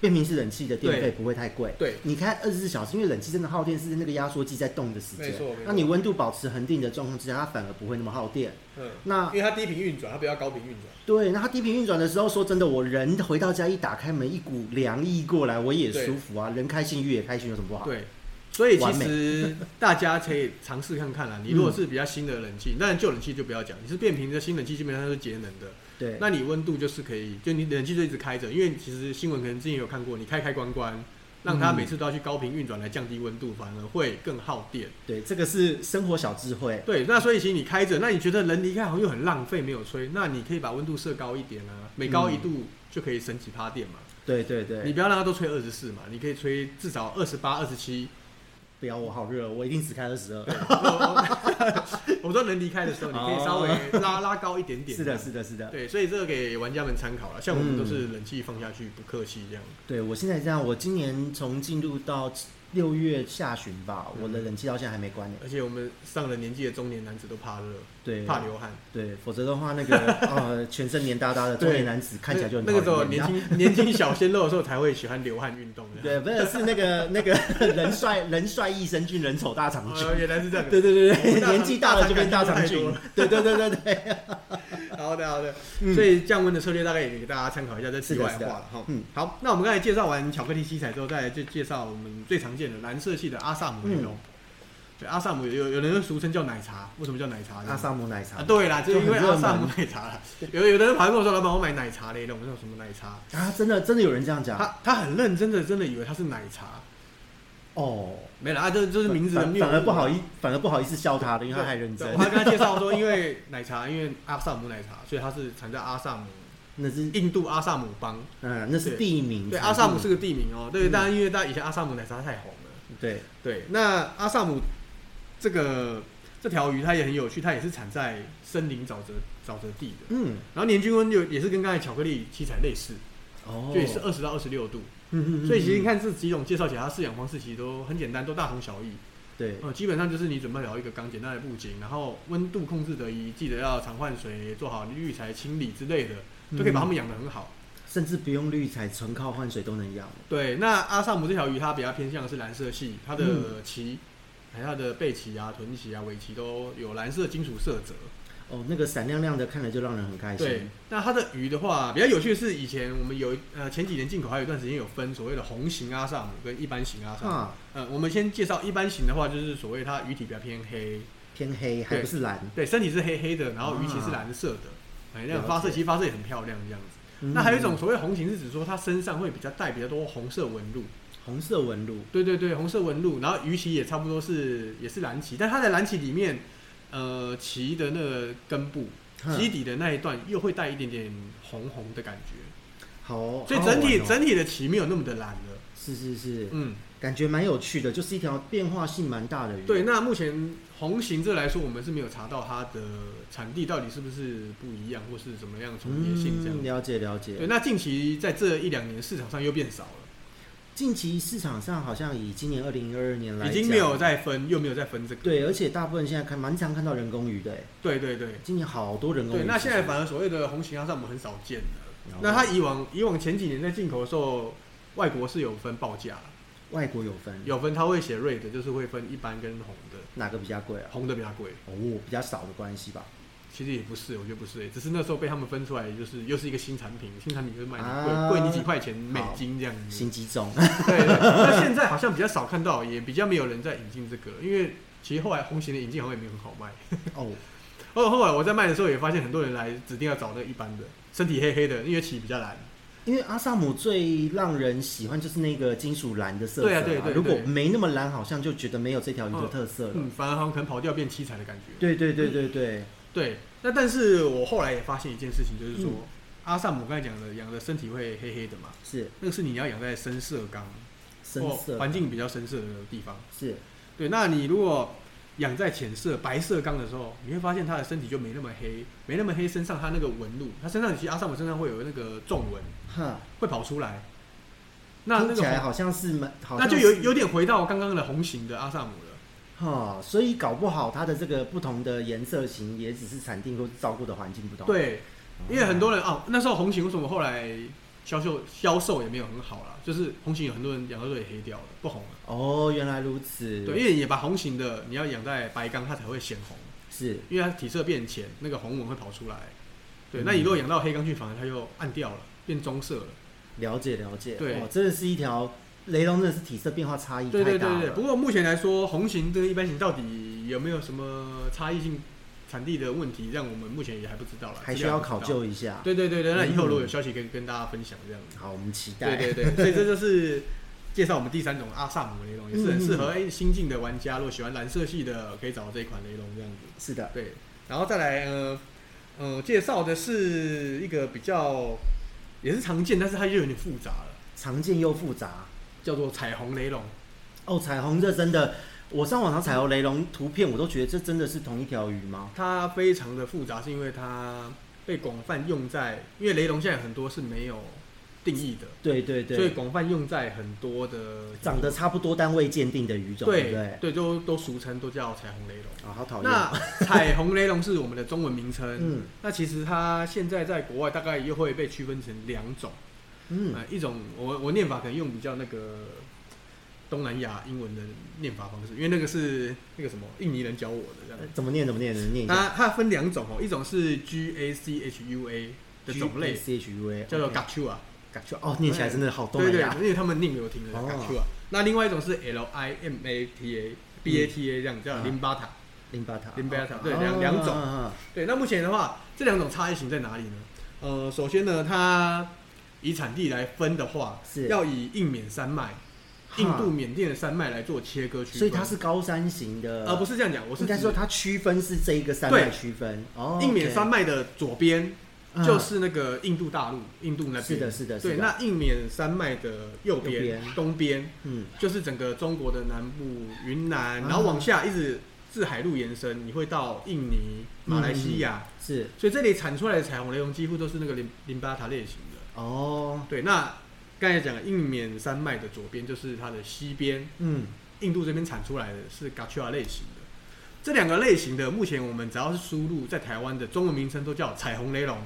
Speaker 1: 变频式冷气的电费
Speaker 2: 对
Speaker 1: 不会太贵。
Speaker 2: 对
Speaker 1: 你开二十四小时，因为冷气真的耗电是那个压缩机在动的时间
Speaker 2: 没错没错。
Speaker 1: 那你温度保持恒定的状况之下，它反而不会那么耗电。
Speaker 2: 嗯，
Speaker 1: 那
Speaker 2: 因为它低频运转，它不要高频运转。
Speaker 1: 对，那它低频运转的时候，说真的，我人回到家一打开门，一股凉意过来，我也
Speaker 2: 对
Speaker 1: 舒服啊，人开心，鱼也开心，有什么不好？
Speaker 2: 对，所以其
Speaker 1: 完
Speaker 2: 实大家可以尝试看看啦。你如果是比较新的冷气，当然旧冷气就不要讲，你是变频的新冷气，基本上是节能的。
Speaker 1: 对，
Speaker 2: 那你温度就是可以，就你冷气就一直开着，因为其实新闻可能之前有看过，你开开关关，让它
Speaker 1: 嗯
Speaker 2: 每次都要去高频运转来降低温度，反而会更耗电。
Speaker 1: 对，这个是生活小智慧。
Speaker 2: 对，那所以其实你开着，那你觉得人离开好像又很浪费，没有吹，那你可以把温度设高一点啊，每高一度就可以省几趴电嘛。
Speaker 1: 对对
Speaker 2: 你
Speaker 1: 对，
Speaker 2: 不要让它都吹二十四嘛，你可以吹至少二十八、二十七。
Speaker 1: 不要我好热，我一定只开二十二。
Speaker 2: 我 我我说人离开的时候，你可以稍微拉拉高一点点。
Speaker 1: 哦是的，嗯是的，是的。
Speaker 2: 对，所以这个给玩家们参考了。像我们都是冷气放下去不客气这样。
Speaker 1: 对我现在这样，我今年从进入到六月下旬吧，
Speaker 2: 嗯
Speaker 1: 我的冷气到现在还没关呢。
Speaker 2: 而且我们上了年纪的中年男子都怕热，
Speaker 1: 对，
Speaker 2: 怕流汗。
Speaker 1: 对，否则的话，那个呃，全身黏哒哒的中年男子看起来就很
Speaker 2: 那个时候
Speaker 1: 讨厌
Speaker 2: 年轻年轻小鲜肉的时候才会喜欢流汗运动这样。
Speaker 1: 对，不是是那个那 个人帅人帅益生菌，人丑大肠菌。
Speaker 2: 哦，原来是这样。
Speaker 1: 对对对对，
Speaker 2: 我大肠
Speaker 1: 年纪大了就变大肠菌
Speaker 2: 大肠。
Speaker 1: 对对对对 对，
Speaker 2: 好的，好的。
Speaker 1: 嗯
Speaker 2: 所以降温的策略大概也给大家参考一下，这题外
Speaker 1: 是
Speaker 2: 话
Speaker 1: 的
Speaker 2: 了哈。
Speaker 1: 嗯，
Speaker 2: 好，那我们刚才介绍完巧克力七彩之后，再来就介绍我们最常见的蓝色系的阿萨姆黑
Speaker 1: 嗯
Speaker 2: 龙。对，阿萨姆有有人俗称叫奶茶，为什么叫奶茶呢？
Speaker 1: 阿萨姆奶
Speaker 2: 啊，
Speaker 1: 茶
Speaker 2: 对啦，就是因
Speaker 1: 就
Speaker 2: 为
Speaker 1: 很热
Speaker 2: 阿
Speaker 1: 门
Speaker 2: 萨姆奶茶啦。有有的人跑来跟我说，老板，我买奶茶嘞，我说什么奶茶？
Speaker 1: 啊，真的真的有人这样讲
Speaker 2: 他他很认真的，真的以为它是奶茶。
Speaker 1: 哦，
Speaker 2: 没啦，啊这就是名字的
Speaker 1: 反
Speaker 2: 谬误
Speaker 1: 反而不好意，反而不好意思笑他的，因为他
Speaker 2: 对
Speaker 1: 太认
Speaker 2: 对
Speaker 1: 真
Speaker 2: 我。还跟他介绍说，因为奶茶，因为阿萨姆奶茶，所以它是产在阿萨姆，
Speaker 1: 那是
Speaker 2: 印度阿萨姆邦。
Speaker 1: 嗯，那是
Speaker 2: 对
Speaker 1: 地名。
Speaker 2: 对，阿萨姆是个地名哦。对，
Speaker 1: 嗯
Speaker 2: 但因为大家以前阿萨姆奶茶太红了。
Speaker 1: 对。
Speaker 2: 对，那阿萨姆这个这条鱼它也很有趣，它也是产在森林沼泽沼泽地的。
Speaker 1: 嗯，
Speaker 2: 然后年均温就也是跟刚才巧克力七彩类似，
Speaker 1: 哦，
Speaker 2: 就也是二十到二十六度。
Speaker 1: 嗯，嗯嗯
Speaker 2: 所以其实你看这几种介绍起来，它饲养方式其实都很简单，都大同小异。
Speaker 1: 对，
Speaker 2: 呃，基本上就是你准备好一个缸，简单的布景，然后温度控制得宜，记得要常换水，做好滤材清理之类的，就可以把它
Speaker 1: 嗯
Speaker 2: 们养得很好。
Speaker 1: 甚至不用滤材，纯靠换水都能养。
Speaker 2: 对，那阿萨姆这条鱼它比较偏向是蓝色系，它的
Speaker 1: 嗯
Speaker 2: 鳍、还有它的背鳍啊、臀鳍啊、尾鳍都有蓝色金属色泽。
Speaker 1: 哦，那个闪亮亮的，看着就让人很开
Speaker 2: 对
Speaker 1: 心。，
Speaker 2: 那它的鱼的话，比较有趣的是，以前我们有呃前几年进口还有一段时间有分所谓的红型阿萨姆跟一般型阿萨姆。
Speaker 1: 啊，
Speaker 2: 呃，我们先介绍一般型的话，就是所谓它鱼体比较偏黑，
Speaker 1: 偏黑还不是蓝。
Speaker 2: 对，身体是黑黑的，然后鱼鳍是蓝色的，哎、那
Speaker 1: 啊了
Speaker 2: 样
Speaker 1: 解
Speaker 2: 发色其实发色也很漂亮这样子。
Speaker 1: 嗯
Speaker 2: 那还有一种所谓红型是指说它身上会比较带比较多红色纹路，
Speaker 1: 红色纹路，
Speaker 2: 对对对，红色纹路，然后鱼鳍也差不多是也是蓝鳍，但它的蓝鳍里面呃鳍的那个根部
Speaker 1: 哼
Speaker 2: 基底的那一段又会带一点点红红的感觉，
Speaker 1: 好哦，
Speaker 2: 所以
Speaker 1: 好好
Speaker 2: 整体
Speaker 1: 玩哦
Speaker 2: 整体的鳍没有那么的蓝了。
Speaker 1: 是是是，
Speaker 2: 嗯，
Speaker 1: 感觉蛮有趣的，就是一条变化性蛮大的鱼。
Speaker 2: 对。那目前红型这来说，我们是没有查到它的产地到底是不是不一样，或是怎么样重叠性这样。
Speaker 1: 嗯，了解了解
Speaker 2: 对，。那近期在这一两年市场上又变少了，
Speaker 1: 近期市场上好像以今年二零二二年来
Speaker 2: 已
Speaker 1: 讲，
Speaker 2: 经没有再分，又没有再分这个。
Speaker 1: 对，而且大部分现在看蛮常看到人工鱼的，哎
Speaker 2: 对对对
Speaker 1: 今年好多人工鱼
Speaker 2: 对，
Speaker 1: 市场。
Speaker 2: 那现在反而所谓的红型鸭上我们很少见了
Speaker 1: 了解。
Speaker 2: 那它以往以往前几年在进口的时候，外国是有分报价，
Speaker 1: 外国有分，
Speaker 2: 有分它会写 r 的，就是会分一般跟红的，
Speaker 1: 哪个比较贵啊？
Speaker 2: 红的比较贵。
Speaker 1: 哦，比较少的关系吧。
Speaker 2: 其实也不是，我觉得不是、欸只是那时候被他们分出来，就是又是一个新产品，新产品就是卖你
Speaker 1: 啊
Speaker 2: 贵贵、你几块钱美金这样子。
Speaker 1: 心机重，
Speaker 2: 对，对那现在好像比较少看到，也比较没有人在引进这个，因为其实后来红型的引进好像也没有很好卖。
Speaker 1: 哦，
Speaker 2: 后后来我在卖的时候也发现很多人来指定要找那一般的，身体黑黑的，因为鳍比较蓝。
Speaker 1: 因为阿萨姆最让人喜欢就是那个金属蓝的色泽、
Speaker 2: 对啊对对
Speaker 1: 如果
Speaker 2: 对
Speaker 1: 没那么蓝，好像就觉得没有这条鱼的特色了。
Speaker 2: 嗯，反而好像可能跑掉变七彩的感觉。
Speaker 1: 对对对对对，
Speaker 2: 对，那但是我后来也发现一件事情，就是说、
Speaker 1: 嗯
Speaker 2: 阿萨姆刚才讲的，养的身体会黑黑的嘛，
Speaker 1: 是
Speaker 2: 那个是你要养在深色缸
Speaker 1: 深色
Speaker 2: 或哦环境比较深色的地方。
Speaker 1: 是
Speaker 2: 对，那你如果养在浅色白色缸的时候，你会发现它的身体就没那么黑，没那么黑，身上它那个纹路，它身上其实阿萨姆身上会有那个皱纹
Speaker 1: 哈，
Speaker 2: 会跑出来。那那
Speaker 1: 听
Speaker 2: 个
Speaker 1: 起来
Speaker 2: 红
Speaker 1: 好像是蛮，好
Speaker 2: 那
Speaker 1: 像
Speaker 2: 就有
Speaker 1: 是
Speaker 2: 有点回到刚刚的红型的阿萨姆了。
Speaker 1: 哈，所以搞不好它的这个不同的颜色型也只是产地或照顾的环境不同。，
Speaker 2: 对，因为很多人哦，那时候红型为什么后来销售销售也没有很好啦？就是红型有很多人养到最后也黑掉了，不红了。
Speaker 1: 哦，原来如此，
Speaker 2: 对，因为也把红型的你要养在白缸，它才会显红，
Speaker 1: 是
Speaker 2: 因为它体色变浅，那个红纹会跑出来。
Speaker 1: 嗯
Speaker 2: 对，那你如果养到黑缸去，反而它又暗掉了，变棕色了。
Speaker 1: 了解了解，
Speaker 2: 对
Speaker 1: 哦，真的是一条雷龙，真的是体色变化差异
Speaker 2: 对
Speaker 1: 嗯太
Speaker 2: 对
Speaker 1: 大
Speaker 2: 对
Speaker 1: 了。
Speaker 2: 对。不过目前来说，红型跟一般型到底有没有什么差异性产地的问题，让我们目前也还不知道了，
Speaker 1: 还需
Speaker 2: 资料
Speaker 1: 要
Speaker 2: 不知道
Speaker 1: 考。究一下。
Speaker 2: 对对对对，那以后
Speaker 1: 嗯
Speaker 2: 如果有消息跟跟大家分享这样子。
Speaker 1: 好，我们期待。
Speaker 2: 对对 对，所以这就是介绍我们第三种阿萨姆雷
Speaker 1: 嗯
Speaker 2: 龙，也是很适合哎新进的玩家，如果喜欢蓝色系的，可以找这一款雷龙这样子。
Speaker 1: 是的，
Speaker 2: 对，然后再来呃呃介绍的是一个比较呃也是常见，但是它又有点复杂了，
Speaker 1: 常见又复杂。
Speaker 2: 叫做彩虹雷龙。
Speaker 1: 哦，彩虹这真的，我上网上彩虹雷龙图片，我都觉得这真的是同一条鱼吗？
Speaker 2: 它非常的复杂，是因为它被广泛用在，因为雷龙现在很多是没有定义的，
Speaker 1: 对对
Speaker 2: 所
Speaker 1: 对，
Speaker 2: 以广泛用在很多的
Speaker 1: 长得差不多单位鉴定的鱼种，对不
Speaker 2: 对
Speaker 1: 对？
Speaker 2: 对都都俗称都叫彩虹雷龙。
Speaker 1: 啊，好讨厌。
Speaker 2: 那 彩虹雷龙是我们的中文名称，
Speaker 1: 嗯
Speaker 2: 那其实它现在在国外大概又会被区分成两种，
Speaker 1: 嗯，
Speaker 2: 呃，一种我我念法可能用比较那个东南亚英文的念法方式，因为那个是那个什么印尼人教我的这样
Speaker 1: 呃。怎么念？怎么念？念一下。
Speaker 2: 它它分两种哦，一种是 G A C H U A 的种类，
Speaker 1: C H U A
Speaker 2: 叫做 Gachua，Gachua
Speaker 1: 哦，念起来真的好啊东
Speaker 2: 对
Speaker 1: 南
Speaker 2: 对，
Speaker 1: 亚
Speaker 2: 因为他们念给我听的
Speaker 1: 哦
Speaker 2: Gachua。那另外一种是 L I M A T A B A T A 这样叫
Speaker 1: 啊
Speaker 2: Limbata。
Speaker 1: 林巴塔，
Speaker 2: 林巴塔
Speaker 1: 哦
Speaker 2: 对两两种。
Speaker 1: 啊啊啊
Speaker 2: 对，那目前的话，这两种差异性在哪里呢？呃，首先呢，它以产地来分的话，
Speaker 1: 是
Speaker 2: 要以印缅山脉、
Speaker 1: 哈
Speaker 2: 印度、缅甸的山脉来做切割区分。
Speaker 1: 所以它是高山型的，
Speaker 2: 呃，不是这样讲，我是
Speaker 1: 应该
Speaker 2: 指
Speaker 1: 说它区分是这一个山脉
Speaker 2: 对
Speaker 1: 区分哦，
Speaker 2: 印缅山脉的左边
Speaker 1: OK
Speaker 2: 就是那个印度大陆，印度那
Speaker 1: 嗯
Speaker 2: 边
Speaker 1: 是的是的是
Speaker 2: 对，
Speaker 1: 的
Speaker 2: 那印缅山脉的
Speaker 1: 右
Speaker 2: 右边、
Speaker 1: 边
Speaker 2: 东边
Speaker 1: 嗯
Speaker 2: 就是整个中国的南部、云南，
Speaker 1: 啊
Speaker 2: 然后往下一直至海路延伸，你会到印尼、马来西
Speaker 1: 嗯
Speaker 2: 亚。
Speaker 1: 是
Speaker 2: 所以这里产出来的彩虹雷龙几乎都是那个淋淋巴塔类型的。
Speaker 1: 哦
Speaker 2: 对，那刚才讲的印缅山脉的左边就是它的西边，
Speaker 1: 嗯
Speaker 2: 印度这边产出来的是 Gachua 类型的。这两个类型的，目前我们只要是输入在台湾的中文名称都叫彩虹雷龙。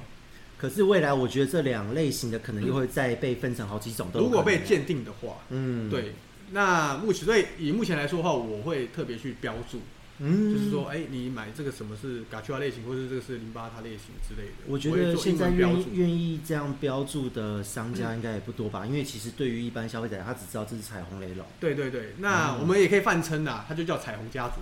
Speaker 1: 可是未来我觉得这两类型的可能又会再被分成好几种，都有
Speaker 2: 嗯如果
Speaker 1: 可能
Speaker 2: 被鉴定的话，
Speaker 1: 嗯
Speaker 2: 对，那目前所以以目前来说的话，我会特别去标注，
Speaker 1: 嗯
Speaker 2: 就是说，哎、你买这个什么是 Gachua 类型，或是这个是淋巴塔类型之类的。
Speaker 1: 我觉
Speaker 2: 会
Speaker 1: 得
Speaker 2: 做
Speaker 1: 现
Speaker 2: 英
Speaker 1: 在
Speaker 2: 文
Speaker 1: 愿
Speaker 2: 标
Speaker 1: 意
Speaker 2: 注。
Speaker 1: 愿意这样标注的商家应该也不多吧，因为其实对于一般消费者，他只知道这是彩虹雷龙
Speaker 2: 对对对，那
Speaker 1: 嗯
Speaker 2: 啊我们也可以泛称啦，它就叫彩虹家族。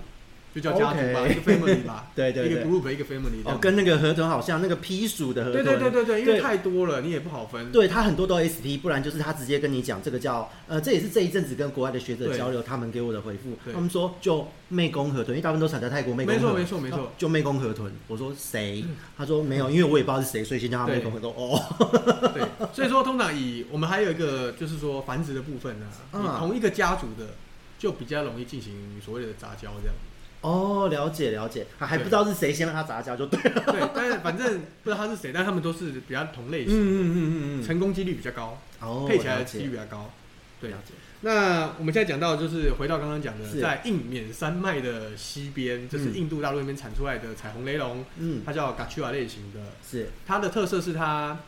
Speaker 2: 就叫家族吧
Speaker 1: OK，
Speaker 2: 一个 family 吧
Speaker 1: 对对
Speaker 2: 一
Speaker 1: 对
Speaker 2: 个 group 一个 family
Speaker 1: 哦
Speaker 2: 这样，。
Speaker 1: 跟那个合同好像，那个批属的合同，
Speaker 2: 嗯对对对对对，因为
Speaker 1: 对
Speaker 2: 太多了，你也不好分。
Speaker 1: 对他很多都 SP，不然就是他直接跟你讲这个叫呃，这也是这一阵子跟国外的学者
Speaker 2: 对
Speaker 1: 交流，他们给我的回复，
Speaker 2: 对
Speaker 1: 他们说就湄公河豚，因为大部分都产在泰国湄公河，
Speaker 2: 没错没错没错嗯
Speaker 1: 哦就湄公河豚。我说谁？他说没有，因为我也不知道是谁，所以先叫他湄
Speaker 2: 对
Speaker 1: 公河豚。哦，
Speaker 2: 对，所以说通常以我们还有一个就是说繁殖的部分呢、
Speaker 1: 嗯
Speaker 2: 你同一个家族的就比较容易进行所谓的杂交这样。
Speaker 1: 哦，了解了解，还还
Speaker 2: 对
Speaker 1: 不知道是谁先让他杂交就对了。
Speaker 2: 对，但是反正不知道他是谁，但他们都是比较同类型，
Speaker 1: 嗯嗯嗯嗯嗯，
Speaker 2: 成功几率比较高，
Speaker 1: 哦，
Speaker 2: 配起来
Speaker 1: 了
Speaker 2: 的
Speaker 1: 解
Speaker 2: 几率比较高。对
Speaker 1: 了，解
Speaker 2: 那我们现在讲到就是回到刚刚讲
Speaker 1: 是
Speaker 2: 的，在印缅山脉的西边，就是
Speaker 1: 嗯
Speaker 2: 印度大陆那边产出来的彩虹雷龙，
Speaker 1: 嗯，
Speaker 2: 它叫 Gachua 类型的，
Speaker 1: 是
Speaker 2: 它的特色是它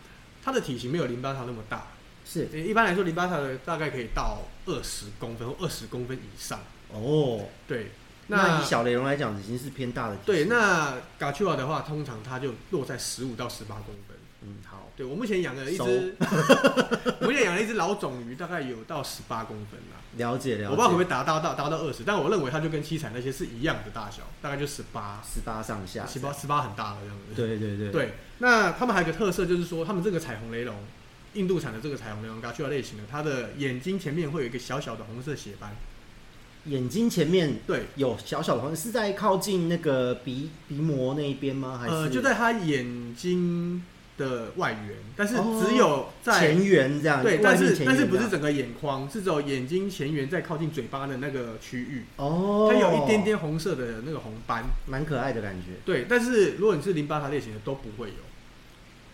Speaker 2: 它的体型没有林巴塔那么大，
Speaker 1: 是
Speaker 2: 一般来说，淋巴塔的大概可以到二十公分或二十公分以上。
Speaker 1: 哦。
Speaker 2: 对，
Speaker 1: 那以小雷龙来讲，已经是偏大的体型。
Speaker 2: 对那 g a c h u a 的话，通常它就落在十五到十八公分。
Speaker 1: 嗯好，
Speaker 2: 对我目前养了一只， 我目前养了一只老种鱼，大概有到十八公分啦。
Speaker 1: 了解了解。
Speaker 2: 我不知道可不可以达到到达到二十，但我认为它就跟七彩那些是一样的大小，大概就十八，
Speaker 1: 十八上下。
Speaker 2: 十八十八很大了这样子。
Speaker 1: 对对对。
Speaker 2: 对，那他们还有一个特色就是说，他们这个彩虹雷龙，印度产的这个彩虹雷龙 g a c h u a 类型的，它的眼睛前面会有一个小小的红色血斑。
Speaker 1: 眼睛前面
Speaker 2: 对，
Speaker 1: 有小小的红，是在靠近那个鼻鼻膜那一边吗？还是、
Speaker 2: 呃，就在他眼睛的外缘，但是
Speaker 1: 哦
Speaker 2: 只有在、
Speaker 1: 前缘这样？
Speaker 2: 对，
Speaker 1: 外
Speaker 2: 但
Speaker 1: 面
Speaker 2: 是
Speaker 1: 前
Speaker 2: 但
Speaker 1: 缘
Speaker 2: 是不
Speaker 1: 这
Speaker 2: 是
Speaker 1: 样
Speaker 2: 整个眼眶，是只有眼睛前缘在靠近嘴巴的那个区域，
Speaker 1: 哦，
Speaker 2: 它有一点点红色的那个红斑。
Speaker 1: 蛮可爱的感觉，
Speaker 2: 对，但是如果你是淋巴塔类型的都不会有。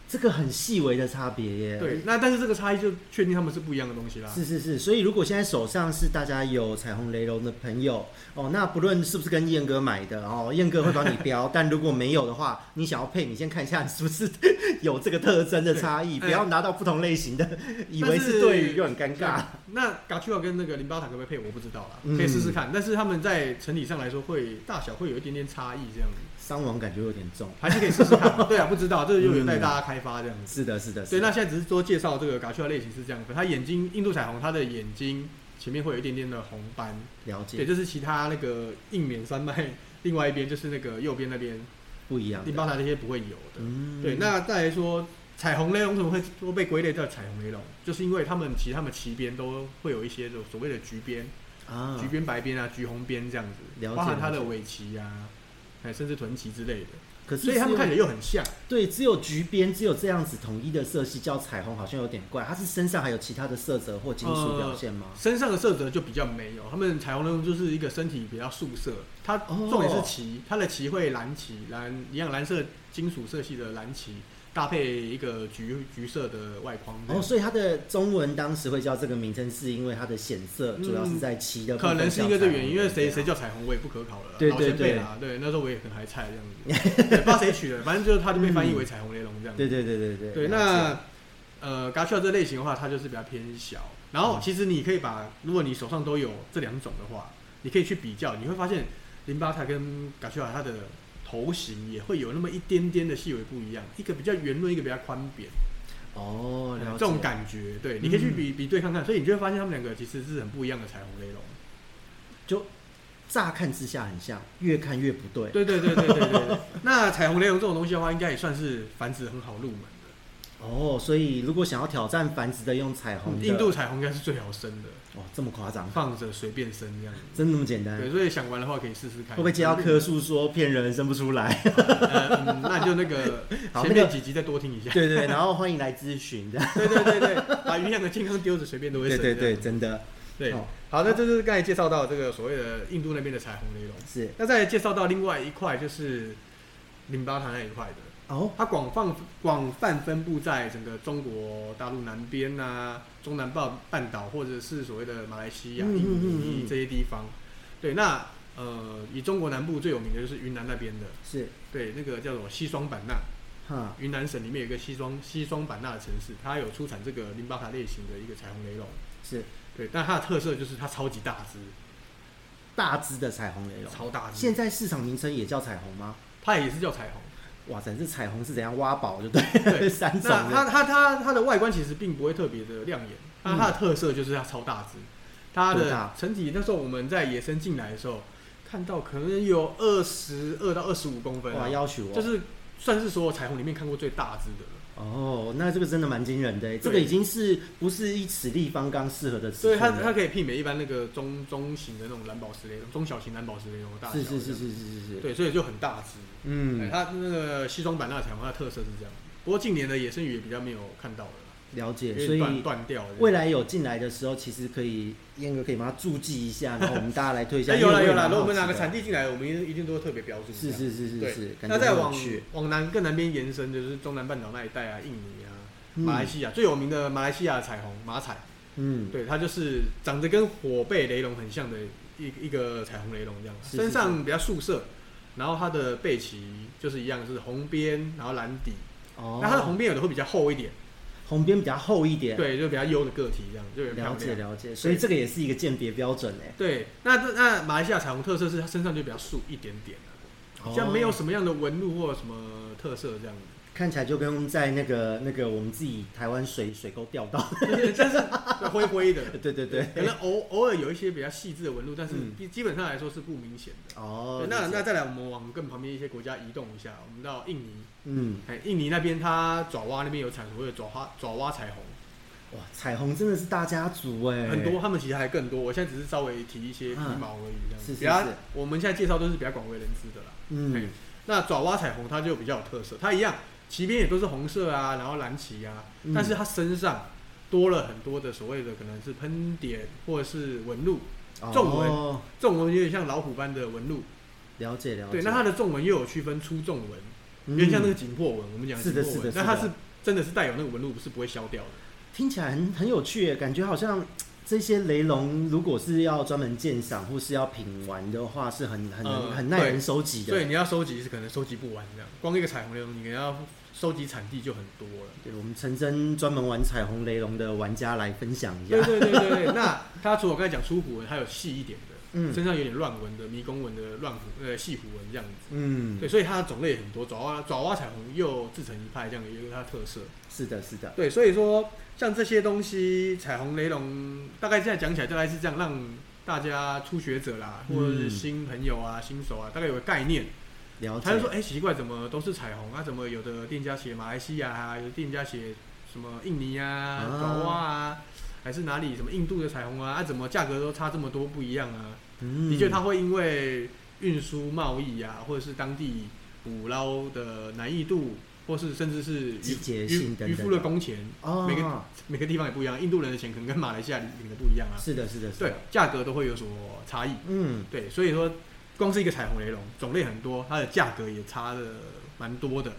Speaker 1: 这个很细微的差别耶。
Speaker 2: 对，，那但是这个差异就确定他们是不一样的东西啦。
Speaker 1: 是是是，所以如果现在手上是大家有彩虹雷龙的朋友哦，那不论是不是跟燕哥买的哦，燕哥会帮你标，但如果没有的话，你想要配，你先看一下你是不是有这个特征的差异，
Speaker 2: 对
Speaker 1: 不要拿到不同类型的，以为
Speaker 2: 但
Speaker 1: 是
Speaker 2: 是
Speaker 1: 对鱼就很尴尬。
Speaker 2: 那 g a c h u a 跟那个淋巴塔可不可以配？我不知道啦，
Speaker 1: 嗯
Speaker 2: 可以试试看。但是他们在整体上来说会大小会有一点点差异，这样子
Speaker 1: 伤亡感觉有点重。
Speaker 2: 还是可以试 试看。对啊，不知道，这又有待大家开发这样子。
Speaker 1: 是的，是的，
Speaker 2: 所
Speaker 1: 是
Speaker 2: 以
Speaker 1: 的
Speaker 2: 那现在只是说介绍这个 g a c h u a 类型是这样分，它眼睛印度彩虹，它的眼睛前面会有一点点的红斑，
Speaker 1: 了
Speaker 2: 对，
Speaker 1: 解
Speaker 2: 就是其他那个印缅山脉另外一边就是那个右边那边
Speaker 1: 不一样
Speaker 2: 印
Speaker 1: 的。
Speaker 2: 巴塔那些不会有的。
Speaker 1: 嗯
Speaker 2: 对，那再来说彩虹雷龙为什么会会被归类叫彩虹雷龙，就是因为他们其实他们旗边都会有一些这种所谓的橘边、
Speaker 1: 啊
Speaker 2: 橘，边白边啊、橘红边这样
Speaker 1: 了
Speaker 2: 子，
Speaker 1: 解
Speaker 2: 包含它
Speaker 1: 了
Speaker 2: 的
Speaker 1: 解
Speaker 2: 尾鳍啊，哎，甚至臀鳍之类的，
Speaker 1: 可是哦
Speaker 2: 所以他们看起
Speaker 1: 只
Speaker 2: 来
Speaker 1: 有
Speaker 2: 又很像。
Speaker 1: 对，只有橘边只有这样子统一的色系叫彩虹，好像有点怪。它是身上还有其他的色泽或金属表现吗？
Speaker 2: 身上的色泽就比较没有，他们彩虹人就是一个身体比较素色，它
Speaker 1: 哦
Speaker 2: 重点是旗，它的旗会蓝旗，蓝一样蓝色金属色系的蓝旗，搭配一个橘橘色的外框这
Speaker 1: 哦，
Speaker 2: 样，
Speaker 1: 所以它的中文当时会叫这个名称，是因为它的显色主要是在旗的部分、
Speaker 2: 嗯可能是因为这原因，因为谁
Speaker 1: 像彩
Speaker 2: 谁
Speaker 1: 虹
Speaker 2: 叫彩虹我也不可考了啦，
Speaker 1: 对
Speaker 2: 老
Speaker 1: 对
Speaker 2: 前辈啦，对，那时候我也很还菜这 样子，对不知道谁取的，反正就是它就被翻译为彩虹雷龙这样子。
Speaker 1: 嗯对对对对对
Speaker 2: 对，
Speaker 1: 了解
Speaker 2: 那呃 g a c h a 这类型的话，它就是比较偏小。然
Speaker 1: 嗯
Speaker 2: 后其实你可以把，如果你手上都有这两种的话，你可以去比较，你会发现淋巴塔跟 g a c h a 它的头型也会有那么一点点的细微不一样，一个比较圆润，一个比较宽扁，
Speaker 1: 哦，了解嗯
Speaker 2: 这种感觉，对，你可以去比比对看看，所以你就会发现它们两个其实是很不一样的彩虹雷龙。
Speaker 1: 就乍看之下很像，越看越不对。
Speaker 2: 对对对对对对 对。那彩虹雷龙这种东西的话，应该也算是繁殖很好入门的，
Speaker 1: 哦，所以如果想要挑战繁殖的，用彩虹的
Speaker 2: 嗯印度彩虹应该是最好生的，
Speaker 1: 哇、这么夸张，
Speaker 2: 放着随便生这样子。
Speaker 1: 真那么简单？
Speaker 2: 对，所以想玩的话可以试试看。
Speaker 1: 会不会接到棵数说骗人生不出来？
Speaker 2: 呃，嗯那就那个
Speaker 1: 好
Speaker 2: 前
Speaker 1: 那
Speaker 2: 面
Speaker 1: 个
Speaker 2: 几集再多听一下。
Speaker 1: 对对对，然后欢迎来咨询的。
Speaker 2: 对对对对，把鱼养的健康丢着，随便都会
Speaker 1: 对
Speaker 2: 生。
Speaker 1: 对对，
Speaker 2: 这
Speaker 1: 真
Speaker 2: 样
Speaker 1: 的
Speaker 2: 对。
Speaker 1: 哦
Speaker 2: 好，那这就是刚才介绍到这个所谓的印度那边的彩虹雷龙。
Speaker 1: 是
Speaker 2: 那再介绍到另外一块就是淋巴塔那一块的，
Speaker 1: 哦，
Speaker 2: 它广泛广泛分布在整个中国大陆南边啊、中南半半岛，或者是所谓的马来西亚、
Speaker 1: 嗯嗯嗯
Speaker 2: 印
Speaker 1: 嗯
Speaker 2: 尼这些地方。对，那呃，以中国南部最有名的就是云南那边的，
Speaker 1: 是
Speaker 2: 对，那个叫做西双版纳，
Speaker 1: 哈
Speaker 2: 云南省里面有一个西双西双版纳的城市，它有出产这个林巴塔类型的一个彩虹雷龙。
Speaker 1: 是
Speaker 2: 对，但它的特色就是它超级大只，
Speaker 1: 大只的彩虹雷龙。
Speaker 2: 超大只。
Speaker 1: 现在市场名称也叫彩虹吗？
Speaker 2: 它也是叫彩虹。
Speaker 1: 哇塞，这彩虹是怎样挖宝就对了，
Speaker 2: 对
Speaker 1: 三种
Speaker 2: 那它
Speaker 1: 的
Speaker 2: 它它它的外观其实并不会特别的亮眼，但它的特色就是它超大只。它
Speaker 1: 嗯多
Speaker 2: 的
Speaker 1: 大
Speaker 2: 成体那时候我们在野生进来的时候，看到可能有二十二到二十五公分、
Speaker 1: 哇，
Speaker 2: 啊，
Speaker 1: 要求哦，
Speaker 2: 就是算是所有彩虹里面看过最大只的了。
Speaker 1: 哦，那这个真的蛮惊人的耶，欸这个已经是不是一尺立方刚适合的尺
Speaker 2: 所以
Speaker 1: 寸
Speaker 2: 它
Speaker 1: 了？
Speaker 2: 它可以媲美一般那个中中型的那种蓝宝石雷龙，中小型蓝宝石雷龙的大小。
Speaker 1: 是是是是是是是，
Speaker 2: 对，所以就很大只。哎
Speaker 1: 嗯，
Speaker 2: 它那个西双版纳彩虹它的特色是这样，不过近年的野生鱼也比较没有看到了啦，
Speaker 1: 了
Speaker 2: 因
Speaker 1: 解，所
Speaker 2: 为断
Speaker 1: 以。
Speaker 2: 断掉了。
Speaker 1: 未来有进来的时候，其实可以燕哥可以帮他注记一下，然后我们大家来推一下。
Speaker 2: 哎，有
Speaker 1: 因
Speaker 2: 了
Speaker 1: 为
Speaker 2: 有
Speaker 1: 也蛮
Speaker 2: 了，如果我
Speaker 1: 好奇
Speaker 2: 们拿个
Speaker 1: 的
Speaker 2: 产地进来，我们一定一定都会特别标啊注。
Speaker 1: 是是是是
Speaker 2: 对
Speaker 1: 是，感觉
Speaker 2: 那再
Speaker 1: 很有
Speaker 2: 往
Speaker 1: 趣
Speaker 2: 往南更南边延伸，就是中南半岛那一带啊，印尼啊，
Speaker 1: 嗯
Speaker 2: 马来西亚、最有名的马来西亚彩虹马彩，
Speaker 1: 嗯，
Speaker 2: 对，它就是长得跟火背雷龙很像的一一个彩虹雷龙这样，
Speaker 1: 是是
Speaker 2: 身上比较素色，然后它的背鳍就是一样是红边，然后蓝底，
Speaker 1: 哦，
Speaker 2: 那它的红边有的会比较厚一点，
Speaker 1: 红边比较厚一点，
Speaker 2: 对，就比较优的个体这样，就很漂
Speaker 1: 了解
Speaker 2: 亮。
Speaker 1: 了解，所以这个也是一个鉴别标准哎，
Speaker 2: 对，那这那马来西亚彩虹特色是它身上就比较素一点点啊好像没有
Speaker 1: 哦
Speaker 2: 什么样的纹路或什么特色这样子。
Speaker 1: 看起来就跟在那个那个我们自己台湾水水沟钓到，
Speaker 2: 但是灰灰的，
Speaker 1: 对对对，
Speaker 2: 可能偶偶尔有一些比较细致的纹路，但是
Speaker 1: 嗯
Speaker 2: 基基本上来说是不明显的。
Speaker 1: 哦
Speaker 2: 对，那
Speaker 1: 理解
Speaker 2: 那再来，我们往更旁边一些国家移动一下，我们到印尼，
Speaker 1: 嗯，
Speaker 2: 哎，印尼那边它爪哇那边有产所谓的爪哇爪哇彩虹，
Speaker 1: 哇，彩虹真的是大家族哎，
Speaker 2: 很多，他们其实还更多。我现在只是稍微提一些皮
Speaker 1: 嗯
Speaker 2: 毛而已，这样
Speaker 1: 是
Speaker 2: 子。
Speaker 1: 是
Speaker 2: 比较
Speaker 1: 是
Speaker 2: 我们现在介绍都是比较广为人知的啦。
Speaker 1: 嗯
Speaker 2: 嘿，那爪哇彩虹它就比较有特色，它一样旗边也都是红色啊，然后蓝旗啊，
Speaker 1: 嗯
Speaker 2: 但是它身上多了很多的所谓的可能是喷点或者是纹路，皱纹
Speaker 1: 哦
Speaker 2: 纵纹有点像老虎般的纹路。
Speaker 1: 了解了解，
Speaker 2: 对，那它的纵纹又有区分粗纵
Speaker 1: 嗯
Speaker 2: 纹，有点像那个紧迫纹，我们讲
Speaker 1: 是
Speaker 2: 紧
Speaker 1: 的
Speaker 2: 迫
Speaker 1: 是的
Speaker 2: 纹，
Speaker 1: 是的
Speaker 2: 那它是真的是带有那个纹路，是不会消掉的。
Speaker 1: 听起来很很有趣耶，感觉好像这些雷龙，如果是要专门鉴赏或是要品玩的话，是很很能、
Speaker 2: 嗯
Speaker 1: 很耐人收集的。
Speaker 2: 所以你要收集是可能收集不完这样，光一个彩虹雷龙，你可能要收集产地就很多了。
Speaker 1: 对，我们陈真专门玩彩虹雷龙的玩家来分享一
Speaker 2: 对
Speaker 1: 下。
Speaker 2: 对对对对，那它除了我刚才讲粗虎纹，还有细一点的，
Speaker 1: 嗯
Speaker 2: 身上有点乱纹的迷宫纹的乱虎呃细虎纹这样子。
Speaker 1: 嗯，
Speaker 2: 对，所以它的种类也很多，爪哇爪哇彩虹又自成一派，这样也有它的特色。
Speaker 1: 是的，是的，
Speaker 2: 对，所以说像这些东西，彩虹雷龙大概现在讲起来大概是这样，让大家初学者啦，或者是
Speaker 1: 嗯
Speaker 2: 新朋友啊、新手啊，大概有个概念。
Speaker 1: 了解。
Speaker 2: 他就说，哎、奇怪，怎么都是彩虹啊？怎么有的店家写马来西亚啊，有的店家写什么印尼啊、
Speaker 1: 啊
Speaker 2: 爪哇啊，还是哪里什么印度的彩虹啊？啊，怎么价格都差这么多，不一样啊？
Speaker 1: 嗯，
Speaker 2: 的确，它会因为运输、贸易啊，或者是当地捕捞的难易度，或是甚至是渔
Speaker 1: 季节
Speaker 2: 渔
Speaker 1: 性等
Speaker 2: 渔
Speaker 1: 等
Speaker 2: 夫的
Speaker 1: 的
Speaker 2: 工钱，
Speaker 1: 哦，
Speaker 2: 每个每个地方也不一样。印度人的钱可能跟马来西亚领的不一样啊，
Speaker 1: 是的，是的，是的
Speaker 2: 对，价格都会有所差异。
Speaker 1: 嗯，
Speaker 2: 对，所以说光是一个彩虹雷龙种类很多，它的价格也差的蛮多的，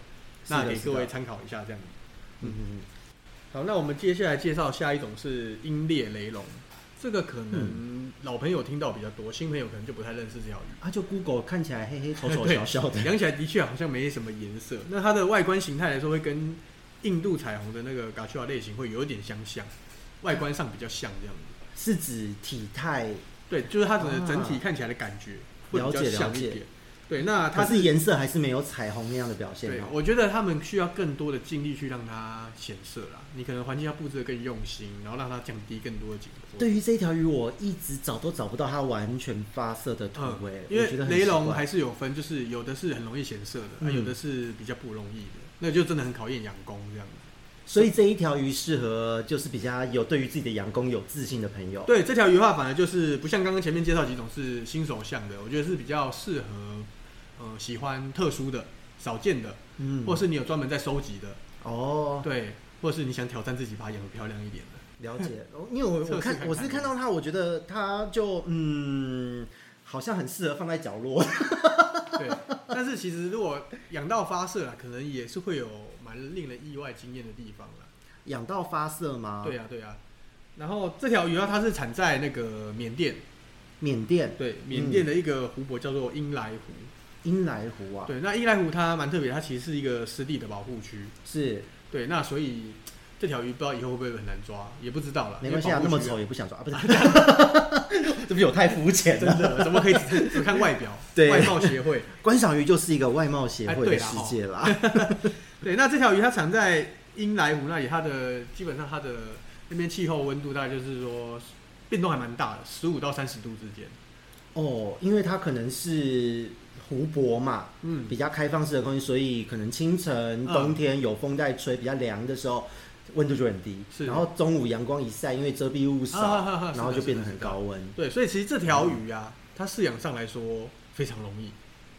Speaker 1: 是的
Speaker 2: 那给
Speaker 1: 是的
Speaker 2: 各位参考一下这样。
Speaker 1: 嗯嗯
Speaker 2: 好，那我们接下来介绍下一种是鹰猎雷龙，这个可能老朋友听到比较多，新朋友可能就不太认识这条鱼。
Speaker 1: 嗯，啊，就 Google 看起来黑黑丑丑
Speaker 2: 对
Speaker 1: 小小的，
Speaker 2: 养起来的确好像没什么颜色，那它的外观形态来说会跟印度彩虹的那个 Gachua 类型会有一点相像，外观上比较像这样子。
Speaker 1: 是指体态，
Speaker 2: 对，就是它的整体
Speaker 1: 啊
Speaker 2: 看起来的感觉会比较
Speaker 1: 了啊解了
Speaker 2: 像一
Speaker 1: 解
Speaker 2: 点。对，那它
Speaker 1: 它是哦颜色还是没有彩虹那样的表现
Speaker 2: 对
Speaker 1: 吗，？
Speaker 2: 我觉得他们需要更多的精力去让它显色啦。你可能环境要布置的更用心，然后让它降低更多的紧迫。
Speaker 1: 对于这一条鱼，我一直找都找不到它完全发色的图
Speaker 2: 嗯，
Speaker 1: 诶、
Speaker 2: 因
Speaker 1: 我
Speaker 2: 为
Speaker 1: 觉得很
Speaker 2: 雷
Speaker 1: 奇
Speaker 2: 龙
Speaker 1: 怪
Speaker 2: 还是有分，就是有的是很容易显色的，啊
Speaker 1: 嗯
Speaker 2: 有的是比较不容易的，那就真的很考验养功这样子。
Speaker 1: 所以这一条鱼适合就是比较有对于自己的养功有自信的朋友。
Speaker 2: 对，这条鱼的话，反而就是不像刚刚前面介绍几种是新手向的，我觉得是比较适合呃喜欢特殊的、少见的，
Speaker 1: 嗯
Speaker 2: 或是你有专门在收集的，
Speaker 1: 哦，
Speaker 2: 对，或是你想挑战自己把它养得漂亮一点的。
Speaker 1: 了解。哦因为我
Speaker 2: 测试
Speaker 1: 我看
Speaker 2: 看看
Speaker 1: 我是看到它，我觉得它就嗯，好像很适合放在角落。
Speaker 2: 对，但是其实如果养到发射啦，可能也是会有蛮令人意外惊艳的地方啦。
Speaker 1: 养到发色吗？
Speaker 2: 对，啊，对啊。然后这条鱼啊，它是产在那个缅甸，
Speaker 1: 缅甸
Speaker 2: 对，缅甸的一个湖泊叫做英莱湖。
Speaker 1: 英来湖啊，
Speaker 2: 对，那英莱湖它蛮特别，它其实是一个湿地的保护区。
Speaker 1: 是
Speaker 2: 对，那所以这条鱼不知道以后会不会很难抓，也不知道了。
Speaker 1: 没关系啊，那
Speaker 2: 因为保
Speaker 1: 么
Speaker 2: 护区
Speaker 1: 丑也不想抓，啊、不是？ 对不起，我太肤浅
Speaker 2: 真
Speaker 1: 了。
Speaker 2: 的怎么可以 只只看外表？
Speaker 1: 对
Speaker 2: 外貌协会。
Speaker 1: 观赏鱼就是一个外貌协
Speaker 2: 哎
Speaker 1: 会的
Speaker 2: 对啦
Speaker 1: 世
Speaker 2: 哦
Speaker 1: 界啦。
Speaker 2: 对，那这条鱼它产在英莱湖那里，它的基本上它的那边气候温度大概就是说变动还蛮大的，十五到三十度之间。
Speaker 1: 哦，因为它可能是湖泊嘛，
Speaker 2: 嗯，
Speaker 1: 比较开放式的空气，所以可能清晨、
Speaker 2: 嗯
Speaker 1: 冬天有风在吹，比较凉的时候，温度就很低。
Speaker 2: 是
Speaker 1: 然后中午阳光一晒，因为遮蔽物少，
Speaker 2: 啊哈哈
Speaker 1: 然后
Speaker 2: 是的
Speaker 1: 就变得
Speaker 2: 是的
Speaker 1: 很高温。
Speaker 2: 对，所以其实这条鱼啊，它饲养上来说非常容易，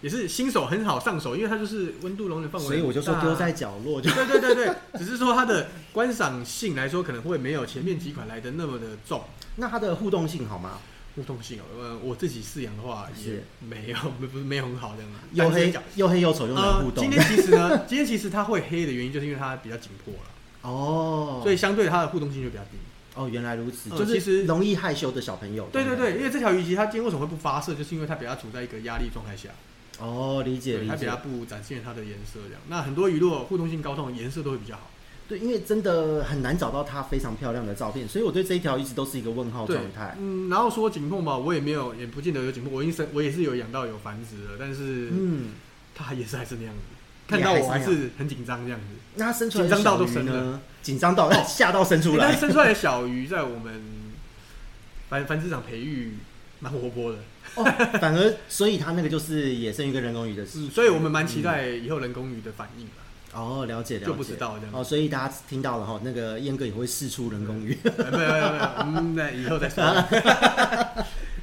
Speaker 2: 也是新手很好上手，因为它就是温度容忍范围很大啊，
Speaker 1: 所以我就说丢在角落就
Speaker 2: 对对对对，只是说它的观赏性来说，可能会没有前面几款来的那么的重
Speaker 1: 那它的互动性好吗？
Speaker 2: 互动性哦。呃，我自己饲养的话也
Speaker 1: 是
Speaker 2: 没有， 不不是没有很好这样子。
Speaker 1: 又
Speaker 2: 但是
Speaker 1: 黑
Speaker 2: 讲
Speaker 1: 又黑又丑又难互
Speaker 2: 呃，
Speaker 1: 动。
Speaker 2: 今天其实呢， 今天其实它会黑的原因，就是因为它比较紧迫了，
Speaker 1: 哦，
Speaker 2: 所以相对它的互动性就比较低。
Speaker 1: 哦，原来如此，
Speaker 2: 嗯
Speaker 1: 就
Speaker 2: 其实
Speaker 1: 是容易害羞的小朋友。
Speaker 2: 对对
Speaker 1: 不
Speaker 2: 对，因为这条鱼其实它今天为什么会不发射，就是因为它比较处在一个压力状态下，
Speaker 1: 哦，理解
Speaker 2: 对，
Speaker 1: 理
Speaker 2: 它比
Speaker 1: 解
Speaker 2: 较。不展现它的颜色这样。那很多鱼如果互动性高，这种颜色都会比较好。
Speaker 1: 对，因为真的很难找到它非常漂亮的照片，所以我对这一条一直都是一个问号
Speaker 2: 对
Speaker 1: 状态。
Speaker 2: 嗯，然后说紧迫嘛，我也没有，也不见得有紧迫，我一生我也是有养到有繁殖的，但是
Speaker 1: 嗯，
Speaker 2: 它也是还是那样子，
Speaker 1: 也
Speaker 2: 看到我
Speaker 1: 还
Speaker 2: 还
Speaker 1: 是那样
Speaker 2: 是很紧张这样子。
Speaker 1: 那它生出来的
Speaker 2: 紧张
Speaker 1: 小
Speaker 2: 到都
Speaker 1: 鱼
Speaker 2: 生
Speaker 1: 呢？紧张到吓到生出
Speaker 2: 欸但
Speaker 1: 来
Speaker 2: 是。生出来的小鱼在我们繁繁殖场培育蛮活泼的，
Speaker 1: 哦，反而所以它那个就是野生鱼跟人工鱼的事。
Speaker 2: 嗯所以我们蛮期待以后人工鱼的反应 啦
Speaker 1: 哦，了解了解。
Speaker 2: 就不知道这样子
Speaker 1: 哦，所以大家听到了哈，那个燕哥也会试出人工鱼。
Speaker 2: 哎没有没有没有，嗯，那以后再说。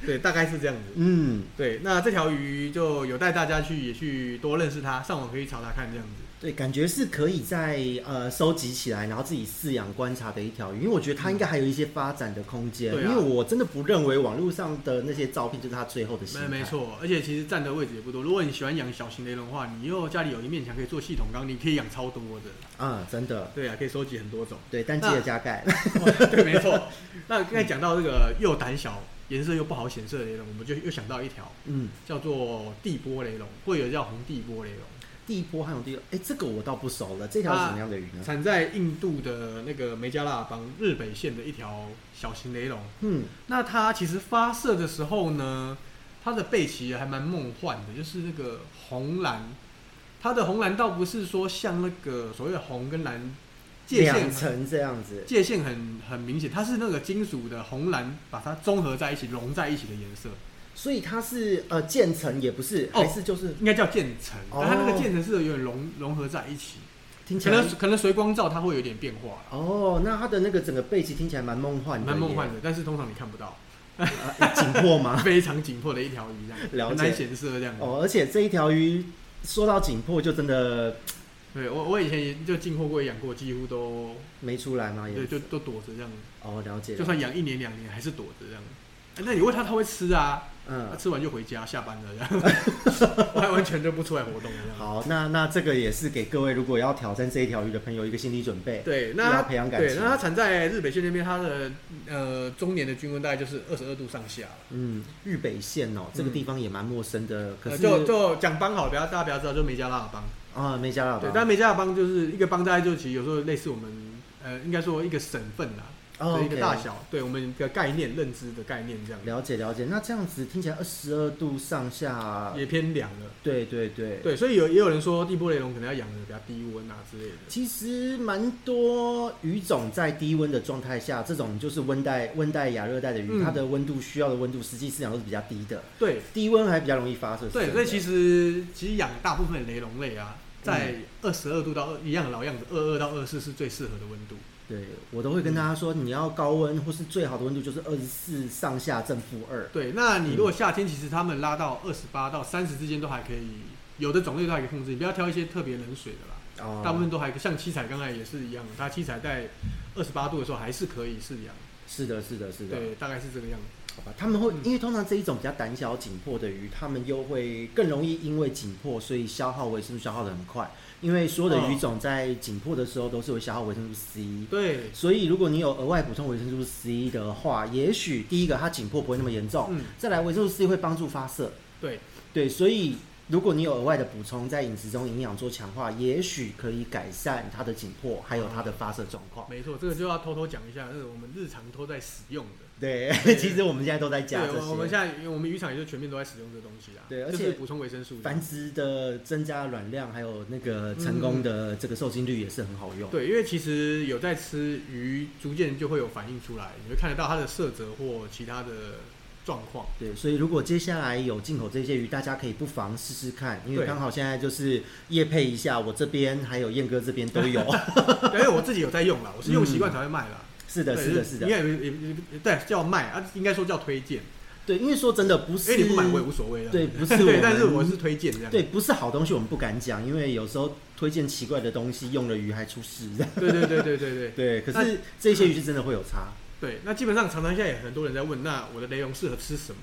Speaker 2: 对，大概是这样子。
Speaker 1: 嗯，
Speaker 2: 对，那这条鱼就有带大家去也去多认识它，上网可以查查看这样子。
Speaker 1: 对，感觉是可以在呃收集起来，然后自己饲养观察的一条鱼，因为我觉得它应该还有一些发展的空间。
Speaker 2: 对啊
Speaker 1: 因为我真的不认为网络上的那些照片就是它最后的形态。
Speaker 2: 没没。错，而且其实占的位置也不多。如果你喜欢养小型雷龙的话，你又家里有一面墙可以做系统缸，你可以养超多的。
Speaker 1: 啊、真的。
Speaker 2: 对啊，可以收集很多 种。
Speaker 1: 对，但记得加盖。
Speaker 2: 哦对，没错。那刚才讲到这个又胆小、颜色又不好显示的雷龙，我们就又想到一条
Speaker 1: 嗯，
Speaker 2: 叫做地波雷龙，或者叫红地波雷龙，
Speaker 1: 第一波还有第二，哎，这个我倒不熟了。这
Speaker 2: 啊
Speaker 1: 条是什么样的鱼呢？
Speaker 2: 产在印度的那个梅加腊邦日北县的一条小型雷龙。
Speaker 1: 嗯，
Speaker 2: 那它其实发射的时候呢，它的背鳍还蛮梦幻的，就是那个红蓝，它的红蓝倒不是说像那个所谓的红跟蓝界限
Speaker 1: 两层这样子。
Speaker 2: 界限很很明显，它是那个金属的红蓝把它综合在一起融在一起的颜色，
Speaker 1: 所以它是呃渐层也不是，
Speaker 2: 哦
Speaker 1: 还是就是、
Speaker 2: 应该叫渐层。
Speaker 1: 哦
Speaker 2: 但它那个渐层是有点融融合在一起，
Speaker 1: 听起
Speaker 2: 可
Speaker 1: 来
Speaker 2: 能可能随光照它会有点变化啦。
Speaker 1: 哦，那它的那个整个背鳍听起来蛮梦幻的，
Speaker 2: 蛮梦 幻的，但是通常你看不到，
Speaker 1: 的，紧迫吗？
Speaker 2: 非常紧迫的一条鱼这样，
Speaker 1: 了
Speaker 2: 很
Speaker 1: 解
Speaker 2: 难显色这样子。
Speaker 1: 哦，而且这一条鱼说到紧迫就真的
Speaker 2: 对我，我以前也就进货过养过，几乎都
Speaker 1: 没出来吗？也
Speaker 2: 对，就都躲着这样，
Speaker 1: 哦，了解，
Speaker 2: 就算养一年两年还是躲着这样。哎那你喂它，它会吃啊，它
Speaker 1: 嗯。
Speaker 2: 吃完就回家，下班了这样， 完完全就不出来活动了这样。
Speaker 1: 好，那那这个也是给各位如果要挑战这一条鱼的朋友一个心理准备。
Speaker 2: 对，
Speaker 1: 又
Speaker 2: 那
Speaker 1: 要培养感情
Speaker 2: 对，那它产在日北县那边，它的呃中年的均温大概就是二十二度上下。
Speaker 1: 嗯，日北县哦，这个
Speaker 2: 嗯
Speaker 1: 地方也蛮陌生的，可
Speaker 2: 呃、
Speaker 1: 是
Speaker 2: 就就讲邦好，不要大家不要知道，就梅加腊邦。
Speaker 1: 啊，没加了
Speaker 2: 对
Speaker 1: 吧，？
Speaker 2: 但梅加腊邦就是一个邦，大概就其实有时候类似我们呃，应该说一个省份啦、
Speaker 1: 哦
Speaker 2: 的一个
Speaker 1: OK
Speaker 2: 大小，对我们的概念认知的概念这样。
Speaker 1: 了解了解。那这样子听起来二十二度上下，
Speaker 2: 也偏凉了。
Speaker 1: 对对啊对，
Speaker 2: 对，所以有也有人说地波雷龙可能要养的比较低温啊之类的。
Speaker 1: 其实蛮多鱼种在低温的状态下，这种就是温带、温带亚热带的鱼，
Speaker 2: 嗯
Speaker 1: 它的温度需要的温度实际饲养都是比较低的，
Speaker 2: 对
Speaker 1: 低温还比较容易发射。
Speaker 2: 对，所以其
Speaker 1: 实
Speaker 2: 实其实养大部分的雷龙类啊，
Speaker 1: 嗯
Speaker 2: 在二十二度到二一样老样子，二二到二四是最适合的温度。
Speaker 1: 对我都会跟大家说，你要高温或是最好的温度就是二十四上下正负二。
Speaker 2: 对，那
Speaker 1: 嗯
Speaker 2: 你如果夏天，其实他们拉到二十八到三十之间都还可以，有的种类都还可以控制，你不要挑一些特别冷水的啦。
Speaker 1: 哦
Speaker 2: 大部分都还可以像七彩，刚才也是一样，它七彩在二十八度的时候还是可以饲养。
Speaker 1: 是的，是的，是的。
Speaker 2: 对，大概是这个样子。
Speaker 1: 好吧，他们会
Speaker 2: 嗯
Speaker 1: 因为通常这一种比较胆小紧迫的鱼，他们又会更容易因为紧迫，所以消耗维生素消耗的很快。因为所有
Speaker 2: 哦
Speaker 1: 的鱼种在紧迫的时候都是会消耗维生素 C。
Speaker 2: 对，
Speaker 1: 所以，如果你有额外补充维生素 C 的话，也许第一个它紧迫不会那么严重，
Speaker 2: 嗯，
Speaker 1: 再来维生素 C 会帮助发射。
Speaker 2: 对，
Speaker 1: 对，所以如果你有额外的补充，在饮食中营养做强化，也许可以改善它的紧迫，还有它的发射状况。
Speaker 2: 没错，这个就要偷偷讲一下，那个我们日常都在使用的。
Speaker 1: 对，
Speaker 2: 对
Speaker 1: 其实我们现在都在加
Speaker 2: 对，
Speaker 1: 这
Speaker 2: 我我们
Speaker 1: 些。
Speaker 2: 现在我们渔场也就全面都在使用这个东西啦。
Speaker 1: 对而
Speaker 2: 就
Speaker 1: 且
Speaker 2: 是补充维生素。
Speaker 1: 繁殖的增加卵量，还有那个成功的这个受精率也是很好用。
Speaker 2: 对，因为其实有在吃鱼，逐渐就会有反应出来，你会看得到它的色泽或其他的状况。
Speaker 1: 对，所以如果接下来有进口这些鱼，大家可以不妨试试看，因为
Speaker 2: 对
Speaker 1: 刚好现在就是夜配一下，我这边还有燕哥这边都有。
Speaker 2: 对因为我自己有在用啦，我是用习惯才会卖啦。
Speaker 1: 是的，嗯
Speaker 2: 对
Speaker 1: 是的，是
Speaker 2: 应
Speaker 1: 的，
Speaker 2: 该也也也也对，叫卖啊，应该说叫推荐，
Speaker 1: 对，因为说真的不
Speaker 2: 因
Speaker 1: 是
Speaker 2: 为你不买我也无所谓了。
Speaker 1: 对， 不是
Speaker 2: 对，
Speaker 1: 我
Speaker 2: 但是
Speaker 1: 们
Speaker 2: 我是推荐这样。
Speaker 1: 对，不是好东西，我们不敢讲，因为有时候推荐奇怪的东西，用了鱼还出事。
Speaker 2: 对对对对对对
Speaker 1: 对，可是这些鱼是真的会有差。
Speaker 2: 对。那基本上常常现在也很多人在问，那我的雷龙适合吃什么？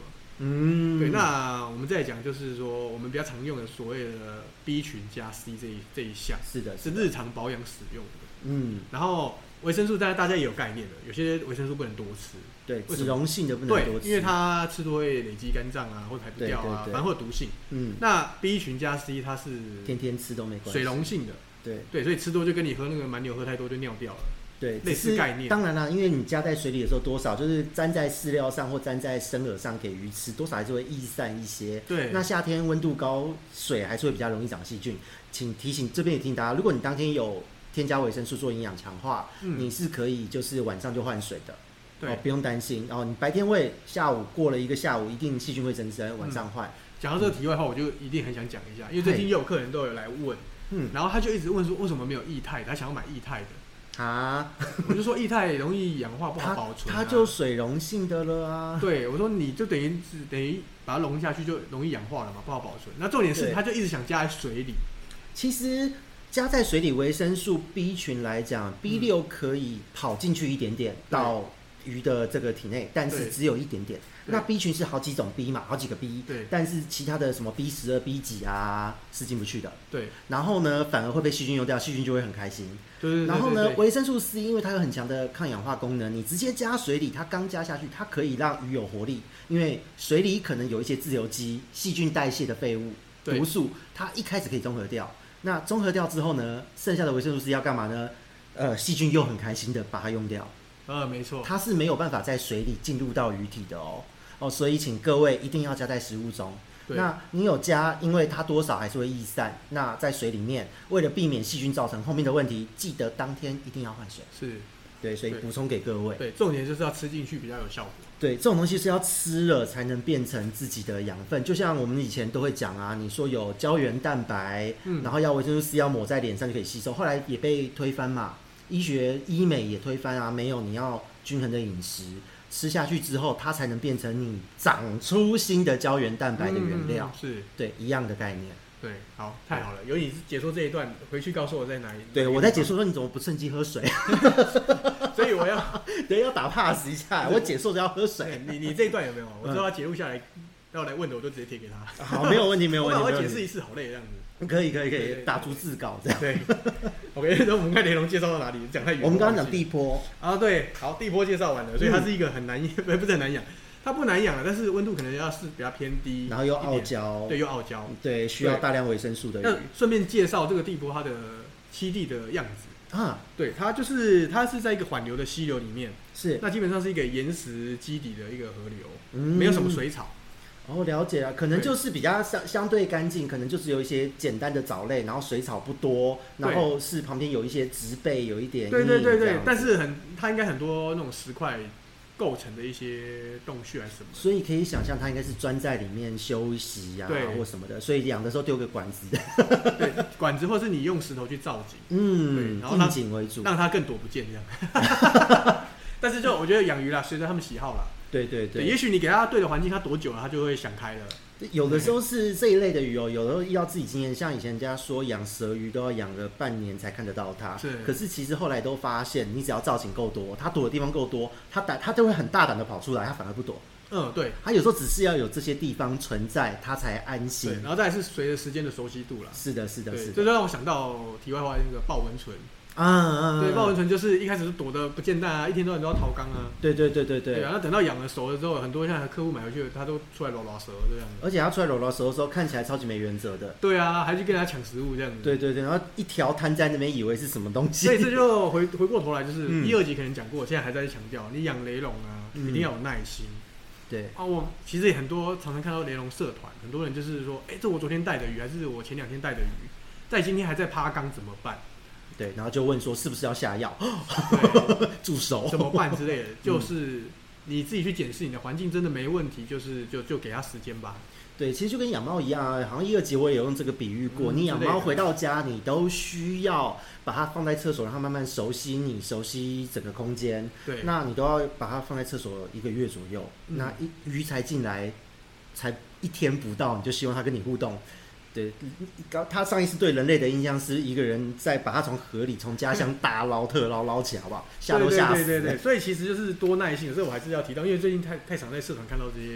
Speaker 1: 嗯，
Speaker 2: 对，那我们再讲就是说，我们比较常用的所谓的 B 群加 C 这一这一项
Speaker 1: 是的，
Speaker 2: 是日常保养使用的。
Speaker 1: 嗯，
Speaker 2: 然后维生素，大家大家也有概念的，有些维生素不能多吃，
Speaker 1: 对，
Speaker 2: 为什
Speaker 1: 脂
Speaker 2: 么
Speaker 1: 溶性的不能多
Speaker 2: 对，
Speaker 1: 吃，
Speaker 2: 因为它吃多会累积肝脏啊，或者排不掉啊，
Speaker 1: 对对对
Speaker 2: 反正会有毒性。
Speaker 1: 嗯，
Speaker 2: 那 B 群加 C 它是
Speaker 1: 天天吃都没关系。
Speaker 2: 水溶性的，
Speaker 1: 对
Speaker 2: 对，所以吃多就跟你喝那个蛮牛喝太多就尿掉了。
Speaker 1: 对，
Speaker 2: 类似
Speaker 1: 只是
Speaker 2: 概念
Speaker 1: 当然啦，因为你加在水里的时候，多少就是粘在饲料上或粘在生饵上给鱼吃，多少还是会易散一些。
Speaker 2: 对，
Speaker 1: 那夏天温度高，水还是会比较容易长细菌。请提醒这边也提醒大家，如果你当天有添加维生素做营养强化，
Speaker 2: 嗯，
Speaker 1: 你是可以就是晚上就换水的，哦
Speaker 2: 对，，
Speaker 1: 不用担心。然后你白天喂，下午过了一个下午，一定细菌会增生，晚
Speaker 2: 嗯
Speaker 1: 上换。
Speaker 2: 讲到这个题外话，我就一定很想讲一下，因为最近也有客人都有来问，
Speaker 1: 嗯
Speaker 2: 然后他就一直问说为什么没有液态的，他想要买液态的。
Speaker 1: 啊，
Speaker 2: 我就说液态容易氧化不好
Speaker 1: 它
Speaker 2: 保存、啊，
Speaker 1: 它就水溶性的了啊。
Speaker 2: 对我说你就等于只等于把它溶下去就容易氧化了嘛，不好保存。那重点
Speaker 1: 对
Speaker 2: 是他就一直想加在水里，
Speaker 1: 其实加在水里维生素 B 群来
Speaker 2: 嗯
Speaker 1: 讲，B 六可以跑进去一点点到鱼的这个体内，但是
Speaker 2: 对
Speaker 1: 只有一点点。
Speaker 2: 对
Speaker 1: 那 B 群是好几种 B 嘛，好几个 B，
Speaker 2: 对
Speaker 1: 但是其他的什么 B 十二、B 几啊是进不去的。
Speaker 2: 对，
Speaker 1: 然后呢，反而会被细菌用掉，细菌就会很开心。
Speaker 2: 就是
Speaker 1: 然后呢，
Speaker 2: 对对
Speaker 1: 维生素 C 因为它有很强的抗氧化功能，你直接加水里，它刚加下去，它可以让鱼有活力，因为水里可能有一些自由基、细菌代谢的废物、
Speaker 2: 对
Speaker 1: 毒素，它一开始可以中和掉。那中和掉之后呢，剩下的维生素 C 要干嘛呢？呃，细菌又很开心的把它用掉，
Speaker 2: 呃没错，
Speaker 1: 它是没有办法在水里进入到鱼体的哦。哦，所以请各位一定要加在食物中。
Speaker 2: 对
Speaker 1: 那你有加，因为它多少还是会易散。那在水里面，为了避免细菌造成后面的问题，记得当天一定要换水。
Speaker 2: 是
Speaker 1: 对，所以
Speaker 2: 对
Speaker 1: 补充给各位。
Speaker 2: 对，重点就是要吃进去比较有效果。
Speaker 1: 对，这种东西是要吃了才能变成自己的养分。就像我们以前都会讲啊，你说有胶原蛋白，
Speaker 2: 嗯
Speaker 1: 然后要维生素 C 要抹在脸上就可以吸收，后来也被推翻嘛。医学医美也推翻啊，没有你要均衡的饮食，吃下去之后，它才能变成你长出新的胶原蛋白的原料。
Speaker 2: 嗯是，
Speaker 1: 对，一样的概念。
Speaker 2: 对，好，太好了，有你解说这一段，回去告诉我在哪里。
Speaker 1: 对，
Speaker 2: 哪一个
Speaker 1: 我在
Speaker 2: 地
Speaker 1: 解
Speaker 2: 方，
Speaker 1: 说说你怎么不趁机喝水？
Speaker 2: 所以我要
Speaker 1: 对，要打 pass 一下。我解说着要喝水
Speaker 2: 对。 你你这一段有没有？
Speaker 1: 嗯
Speaker 2: 我知道他截录下来要来问的，我就直接贴给他。
Speaker 1: 好，没有问题，没有
Speaker 2: 我
Speaker 1: 问
Speaker 2: 把
Speaker 1: 题。
Speaker 2: 我
Speaker 1: 没有
Speaker 2: 解
Speaker 1: 问
Speaker 2: 释
Speaker 1: 题
Speaker 2: 一次，好累这样子。
Speaker 1: 可以，可以，可
Speaker 2: 对对
Speaker 1: 以，
Speaker 2: 对
Speaker 1: 打逐字稿这样。
Speaker 2: 对，OK，那我 们看雷龙介绍到哪里？讲太远了。
Speaker 1: 我们刚刚
Speaker 2: 忘
Speaker 1: 讲
Speaker 2: 记
Speaker 1: 地坡，
Speaker 2: 啊，对，好，地坡介绍完了，所以
Speaker 1: 嗯
Speaker 2: 它是一个很难， 不、不是很难养，它不难养啊，但是温度可能要是比较偏低，
Speaker 1: 然后又
Speaker 2: 一点
Speaker 1: 傲，娇，
Speaker 2: 对，又傲娇。
Speaker 1: 对，需要
Speaker 2: 对
Speaker 1: 大量维生素的
Speaker 2: 那
Speaker 1: 鱼
Speaker 2: 顺便介绍这个地坡它的栖地的样子。
Speaker 1: 啊，
Speaker 2: 对，它就是它是在一个缓流的溪流里面，
Speaker 1: 是
Speaker 2: 那基本上是一个岩石基底的一个河流，
Speaker 1: 嗯
Speaker 2: 没有什么。水草。
Speaker 1: 哦，了解了，可能
Speaker 2: 对
Speaker 1: 就是比较相相对干净，可能就只有一些简单的藻类，然后水草不多，
Speaker 2: 对
Speaker 1: 然后是旁边有一些植被，有一点
Speaker 2: 对
Speaker 1: 阴
Speaker 2: 对
Speaker 1: 影
Speaker 2: 对
Speaker 1: 嗯这
Speaker 2: 对
Speaker 1: 样，
Speaker 2: 但
Speaker 1: 子
Speaker 2: 是很它应该很多那种石块构成的一些洞穴还是什么的。
Speaker 1: 所以可以想象它应该是钻在里面休息呀、
Speaker 2: 对
Speaker 1: 或什么的，所以养的时候丢个管 子，
Speaker 2: 对，管子或是你用石头去造景，
Speaker 1: 嗯，
Speaker 2: 对然后它
Speaker 1: 应景为主，
Speaker 2: 让它更躲不见这样。 但是就我觉得养鱼啦，随着他们喜好啦，
Speaker 1: 对对
Speaker 2: 对，
Speaker 1: 对
Speaker 2: 也。许你给它对的环境，它躲久了，它就会想开了。
Speaker 1: 有的时候是这一类的鱼哦，有的时候要自己经验，像以前人家说养蛇鱼都要养个半年才看得到它，
Speaker 2: 是
Speaker 1: 可是其实后来都发现，你只要造型够多，它躲的地方够多，它胆它都会很大胆的跑出来，它反而不躲。
Speaker 2: 嗯，对
Speaker 1: 它有时候只是要有这些地方存在，它才安
Speaker 2: 对，
Speaker 1: 心
Speaker 2: 然。后再来是随着时间的熟悉度啦。
Speaker 1: 是的，是的，
Speaker 2: 对，
Speaker 1: 是
Speaker 2: 这
Speaker 1: 的。
Speaker 2: 就让我想到题外话那个豹纹鹑，
Speaker 1: 啊啊，
Speaker 2: 对，豹
Speaker 1: 啊
Speaker 2: 纹鹑就是一开始是躲得不见蛋啊，一天到晚都要逃缸啊，
Speaker 1: 对对对对
Speaker 2: 对
Speaker 1: 对
Speaker 2: 啊，。那等到养了熟了之后，很多现在客户买回去，它都出来捞捞蛇这样子，
Speaker 1: 而且它出来揉揉手的时候，看起来超级没原则的。
Speaker 2: 对啊，还去跟人家抢食物这样子，
Speaker 1: 对对对，然后一条摊在那边，以为是什么东西
Speaker 2: 所。以这就回回过头来，就是
Speaker 1: 嗯
Speaker 2: 一二集可能讲过，现在还在强调，你养雷龙啊，
Speaker 1: 嗯
Speaker 2: 一定要有耐心。
Speaker 1: 对，
Speaker 2: 啊，我其实也很多常常看到雷龙社团，很多人就是说，哎、这我昨天带的鱼，还是我前两天带的鱼，在今天还在趴缸怎么办？
Speaker 1: 对，然后就问说是不是要下药
Speaker 2: 对，
Speaker 1: 助手？嗯
Speaker 2: 怎么办之类的，就是你自己去检视你的环境真的没问题，就是就就给它时间吧。
Speaker 1: 对，其实就跟养猫一样啊，好像一、二集我也有用这个比喻过。
Speaker 2: 嗯
Speaker 1: 你养
Speaker 2: 之类
Speaker 1: 猫
Speaker 2: 的
Speaker 1: 回到家，你都需要把它放在厕所，让它慢慢熟悉你，熟悉整个空间。
Speaker 2: 对，
Speaker 1: 那你都要把它放在厕所一个月左右，
Speaker 2: 嗯
Speaker 1: 那一鱼才进来，才一天不到，你就希望它跟你互动。对，刚它上一次对人类的印象是一个人在把它从河里从家乡大捞特捞捞起来，好不好？吓都
Speaker 2: 对
Speaker 1: 吓
Speaker 2: 对对
Speaker 1: 死
Speaker 2: 对
Speaker 1: 了
Speaker 2: 对，。所以其实就是多耐心，所以我还是要提到，因为最近太太常在社团看到这些，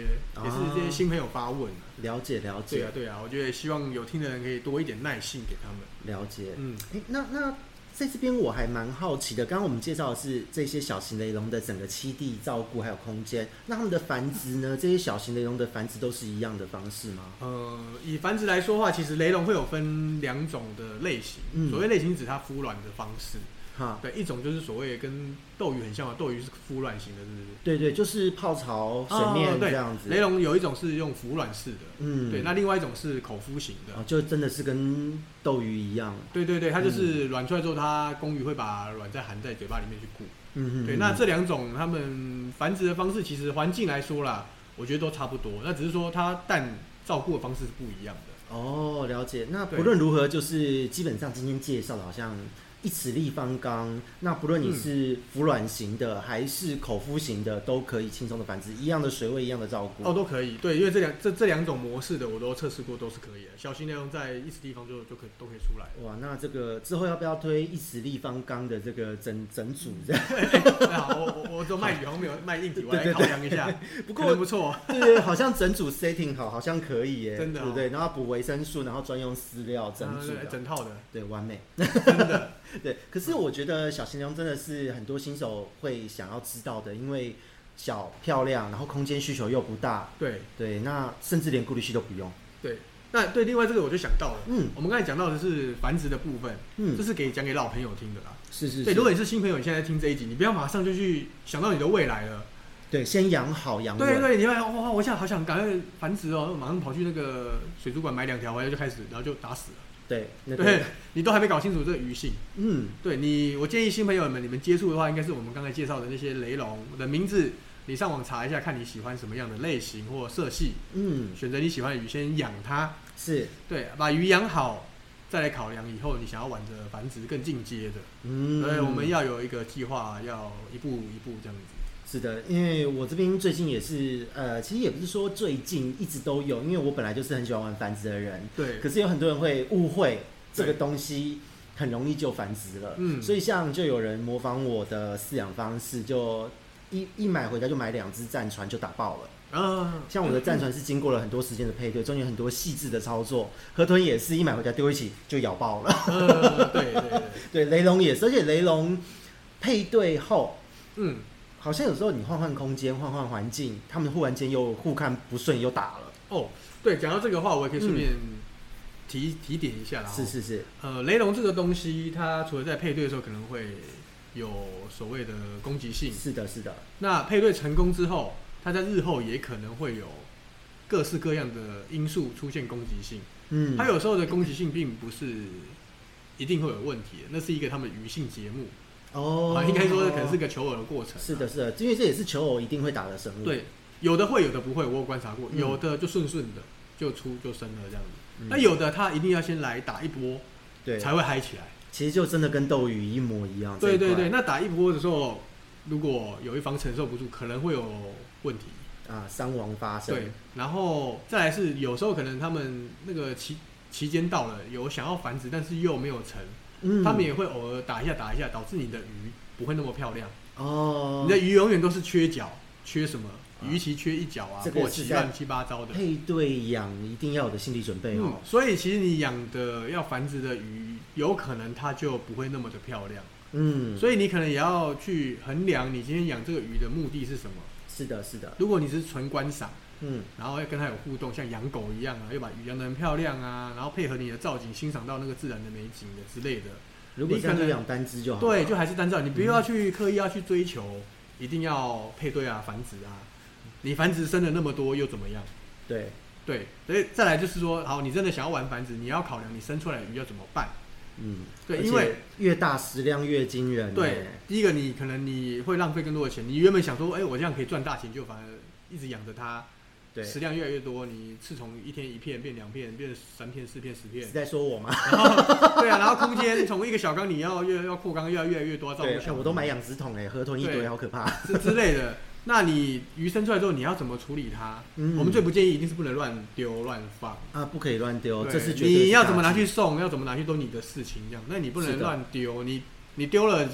Speaker 2: 也是这些新朋友发问、啊。
Speaker 1: 了解了
Speaker 2: 对
Speaker 1: 解
Speaker 2: 啊对啊，我觉得希望有听的人可以多一点耐性给他们。
Speaker 1: 了解。
Speaker 2: 嗯，
Speaker 1: 诶那那在这边我还蛮好奇的，刚刚我们介绍的是这些小型雷龙的整个栖地照顾还有空间，那它们的繁殖呢？这些小型雷龙的繁殖都是一样的方式吗？
Speaker 2: 呃，以繁殖来说的话，其实雷龙会有分两种的类型。
Speaker 1: 嗯
Speaker 2: 所谓类型指它孵卵的方式，
Speaker 1: 哈，
Speaker 2: 对，一种就是所谓跟斗鱼很像嘛，斗鱼是孵卵型的，是不是？
Speaker 1: 对对，就是泡槽
Speaker 2: 哦
Speaker 1: 水面
Speaker 2: 对
Speaker 1: 这样子。
Speaker 2: 雷龙有一种是用孵卵式的，
Speaker 1: 嗯，
Speaker 2: 对，那另外一种是口孵型的。
Speaker 1: 哦，就真的是跟斗鱼一样。
Speaker 2: 对对对，它
Speaker 1: 嗯
Speaker 2: 就是卵出来之后，它公鱼会把卵再含在嘴巴里面去固。
Speaker 1: 嗯
Speaker 2: 对，那这两种它们繁殖的方式，其实环境来说啦，我觉得都差不多。那只是说它蛋照顾的方式是不一样的。
Speaker 1: 哦，了解。那不
Speaker 2: 对
Speaker 1: 论如何，就是基本上今天介绍的好像一尺立方缸。那不论你
Speaker 2: 嗯
Speaker 1: 是孵卵型的还是口孵型的，都可以轻松的繁殖，一样的水位，一样的照顾。
Speaker 2: 哦，都可以。对，因为这两这这两种模式的我都测试过，都是可以的。小型内容在一时地方就就可以都可以出 来
Speaker 1: 哇，那这个之后要不要推一尺立方缸的这个整整 组这样？
Speaker 2: 对啊，我我我都卖鱼，好像没有卖硬体，我来考量一下。
Speaker 1: 不
Speaker 2: 可能
Speaker 1: 过
Speaker 2: 不错，
Speaker 1: 对对，好像整组 setting 好，好像可以耶，
Speaker 2: 真的哦
Speaker 1: 对不对？然后补维生素，然后专用饲料，整组
Speaker 2: 嗯对
Speaker 1: 的，
Speaker 2: 整套的，
Speaker 1: 对，完美。
Speaker 2: 真 的。
Speaker 1: 对，可是我觉得小型龙真的是很多新手会想要知道的，因为小漂亮，然后空间需求又不大，
Speaker 2: 对
Speaker 1: 对，那甚至连顾虑器都不用。
Speaker 2: 对，那对，另外这个我就想到了。
Speaker 1: 嗯
Speaker 2: 我们刚才讲到的是繁殖的部分，这
Speaker 1: 嗯，
Speaker 2: 是给讲给老朋友听的啦。
Speaker 1: 是是
Speaker 2: 对，
Speaker 1: 是，
Speaker 2: 如果你是新朋友，你现在听这一集，你不要马上就去想到你的未来了。
Speaker 1: 对先养好养稳，
Speaker 2: 对对，你会哇、哇我现在好想赶快繁殖哦，马上跑去那个水族馆买两条回来就开始，然后就打死了。
Speaker 1: 对那
Speaker 2: 对
Speaker 1: 个
Speaker 2: 你都还没搞清楚这个鱼性。
Speaker 1: 嗯
Speaker 2: 对你，我建议新朋友们，你们接触的话，应该是我们刚才介绍的那些雷龙的名字，你上网查一下，看你喜欢什么样的类型或色系，
Speaker 1: 嗯
Speaker 2: 选择你喜欢的鱼，先养它。
Speaker 1: 是
Speaker 2: 对，把鱼养好，再来考量以后你想要玩的繁殖更进阶的。
Speaker 1: 嗯，
Speaker 2: 所以我们要有一个计划，要一步一步这样子。
Speaker 1: 是的，因为我这边最近也是呃，其实也不是说最近一直都有，因为我本来就是很喜欢玩繁殖的人，
Speaker 2: 对，
Speaker 1: 可是有很多人会误会这个
Speaker 2: 对
Speaker 1: 东西很容易就繁殖了，
Speaker 2: 嗯
Speaker 1: 所以像就有人模仿我的饲养方式，就一一买回家就买两只战船就打爆了。
Speaker 2: 啊，
Speaker 1: 像我的战船是经过了很多时间的配对，中间很多细致的操作。河豚也是一买回家丢一起就咬爆了，
Speaker 2: 呃，对对对，
Speaker 1: 对，雷龙也是，而且雷龙配对后。
Speaker 2: 嗯，
Speaker 1: 好像有时候你换换空间、换换环境，他们忽然间又互看不顺，又打了。
Speaker 2: 哦，对，讲到这个话，我也可以顺便提、提点一下啦。
Speaker 1: 嗯是，是是，
Speaker 2: 呃，雷龙这个东西，它除了在配对的时候可能会有所谓的攻击性，
Speaker 1: 是的，是的，
Speaker 2: 那配对成功之后，它在日后也可能会有各式各样的因素出现攻击性。
Speaker 1: 嗯，
Speaker 2: 它有时候的攻击性并不是一定会有问题的，那是一个他们鱼性节目
Speaker 1: 哦
Speaker 2: 啊，，应该说可能是个求偶的过程。啊
Speaker 1: 是的，，是的，因为这也是求偶一定会打的生物。，
Speaker 2: 对，有的会，有的不会，我有观察过，
Speaker 1: 嗯
Speaker 2: 有的就顺顺的就出就生了这样子，
Speaker 1: 嗯
Speaker 2: 那有的他一定要先来打一波
Speaker 1: 对，
Speaker 2: 才会嗨起来。
Speaker 1: 其实就真的跟斗鱼一模一样。
Speaker 2: 对
Speaker 1: 这一
Speaker 2: 对
Speaker 1: 块
Speaker 2: 对，那打一波的时候，如果有一方承受不住，可能会有问题。
Speaker 1: 啊，伤亡发生。
Speaker 2: 对，，然后再来是有时候可能他们那个期期间到了，有想要繁殖，但是又没有成，
Speaker 1: 嗯，
Speaker 2: 他们也会偶尔打一下打一下，导致你的鱼不会那么漂亮。
Speaker 1: 哦，
Speaker 2: 你的鱼永远都是缺角，缺什么？
Speaker 1: 啊
Speaker 2: 鱼鳍缺一角啊，
Speaker 1: 这个
Speaker 2: 或
Speaker 1: 是
Speaker 2: 鳍
Speaker 1: 在
Speaker 2: 乱七八糟的。
Speaker 1: 配对养一定要有的心理准备
Speaker 2: 嗯
Speaker 1: 哦。，
Speaker 2: 所以其实你养的要繁殖的鱼，有可能它就不会那么的漂亮，
Speaker 1: 嗯，
Speaker 2: 所以你可能也要去衡量你今天养这个鱼的目的是什么。
Speaker 1: 是的，是的，
Speaker 2: 如果你是纯观赏，
Speaker 1: 嗯，
Speaker 2: 然后要跟它有互动，像养狗一样啊，要把鱼养得很漂亮啊，然后配合你的造景，欣赏到那个自然的美景的之类的，
Speaker 1: 如果
Speaker 2: 你
Speaker 1: 这样
Speaker 2: 可
Speaker 1: 就
Speaker 2: 能
Speaker 1: 养单只就好。
Speaker 2: 对，，就还是单照，你不
Speaker 1: 嗯
Speaker 2: 要去刻意要去追求，一定要配对啊、繁殖啊，你繁殖生了那么多又怎么样？
Speaker 1: 对，
Speaker 2: 对，所以再来就是说，好，你真的想要玩繁殖，你要考量你生出来的鱼要怎么办，
Speaker 1: 嗯，
Speaker 2: 对
Speaker 1: 而且
Speaker 2: 因为
Speaker 1: 越大食量越惊人。欸
Speaker 2: 对，，第一个你可能你会浪费更多的钱，你原本想说，哎、我这样可以赚大钱，就反而一直养着它，
Speaker 1: 对，
Speaker 2: 食
Speaker 1: 是
Speaker 2: 量越来越多，你刺从一天一片变两片，变三片、四片、十 片，
Speaker 1: 在说我吗？
Speaker 2: 然后对啊，然后空间从一个小缸你要越要扩缸，越来越越多，照
Speaker 1: 对，
Speaker 2: 顾
Speaker 1: 哎
Speaker 2: 小
Speaker 1: 我都买养殖桶哎，河豚一堆，
Speaker 2: 对
Speaker 1: 好可怕。
Speaker 2: 之之类的。那你鱼生出来之后，你要怎么处理它？
Speaker 1: 嗯
Speaker 2: 我们最不建议一定是不能乱丢乱放。
Speaker 1: 啊，不可以乱丢，
Speaker 2: 对
Speaker 1: 这是绝对
Speaker 2: 你
Speaker 1: 是
Speaker 2: 要
Speaker 1: 大
Speaker 2: 怎么拿
Speaker 1: 忌
Speaker 2: 去送，要怎么拿去都你的事情，这样。那你不
Speaker 1: 是
Speaker 2: 能
Speaker 1: 的
Speaker 2: 乱丢，你你丢了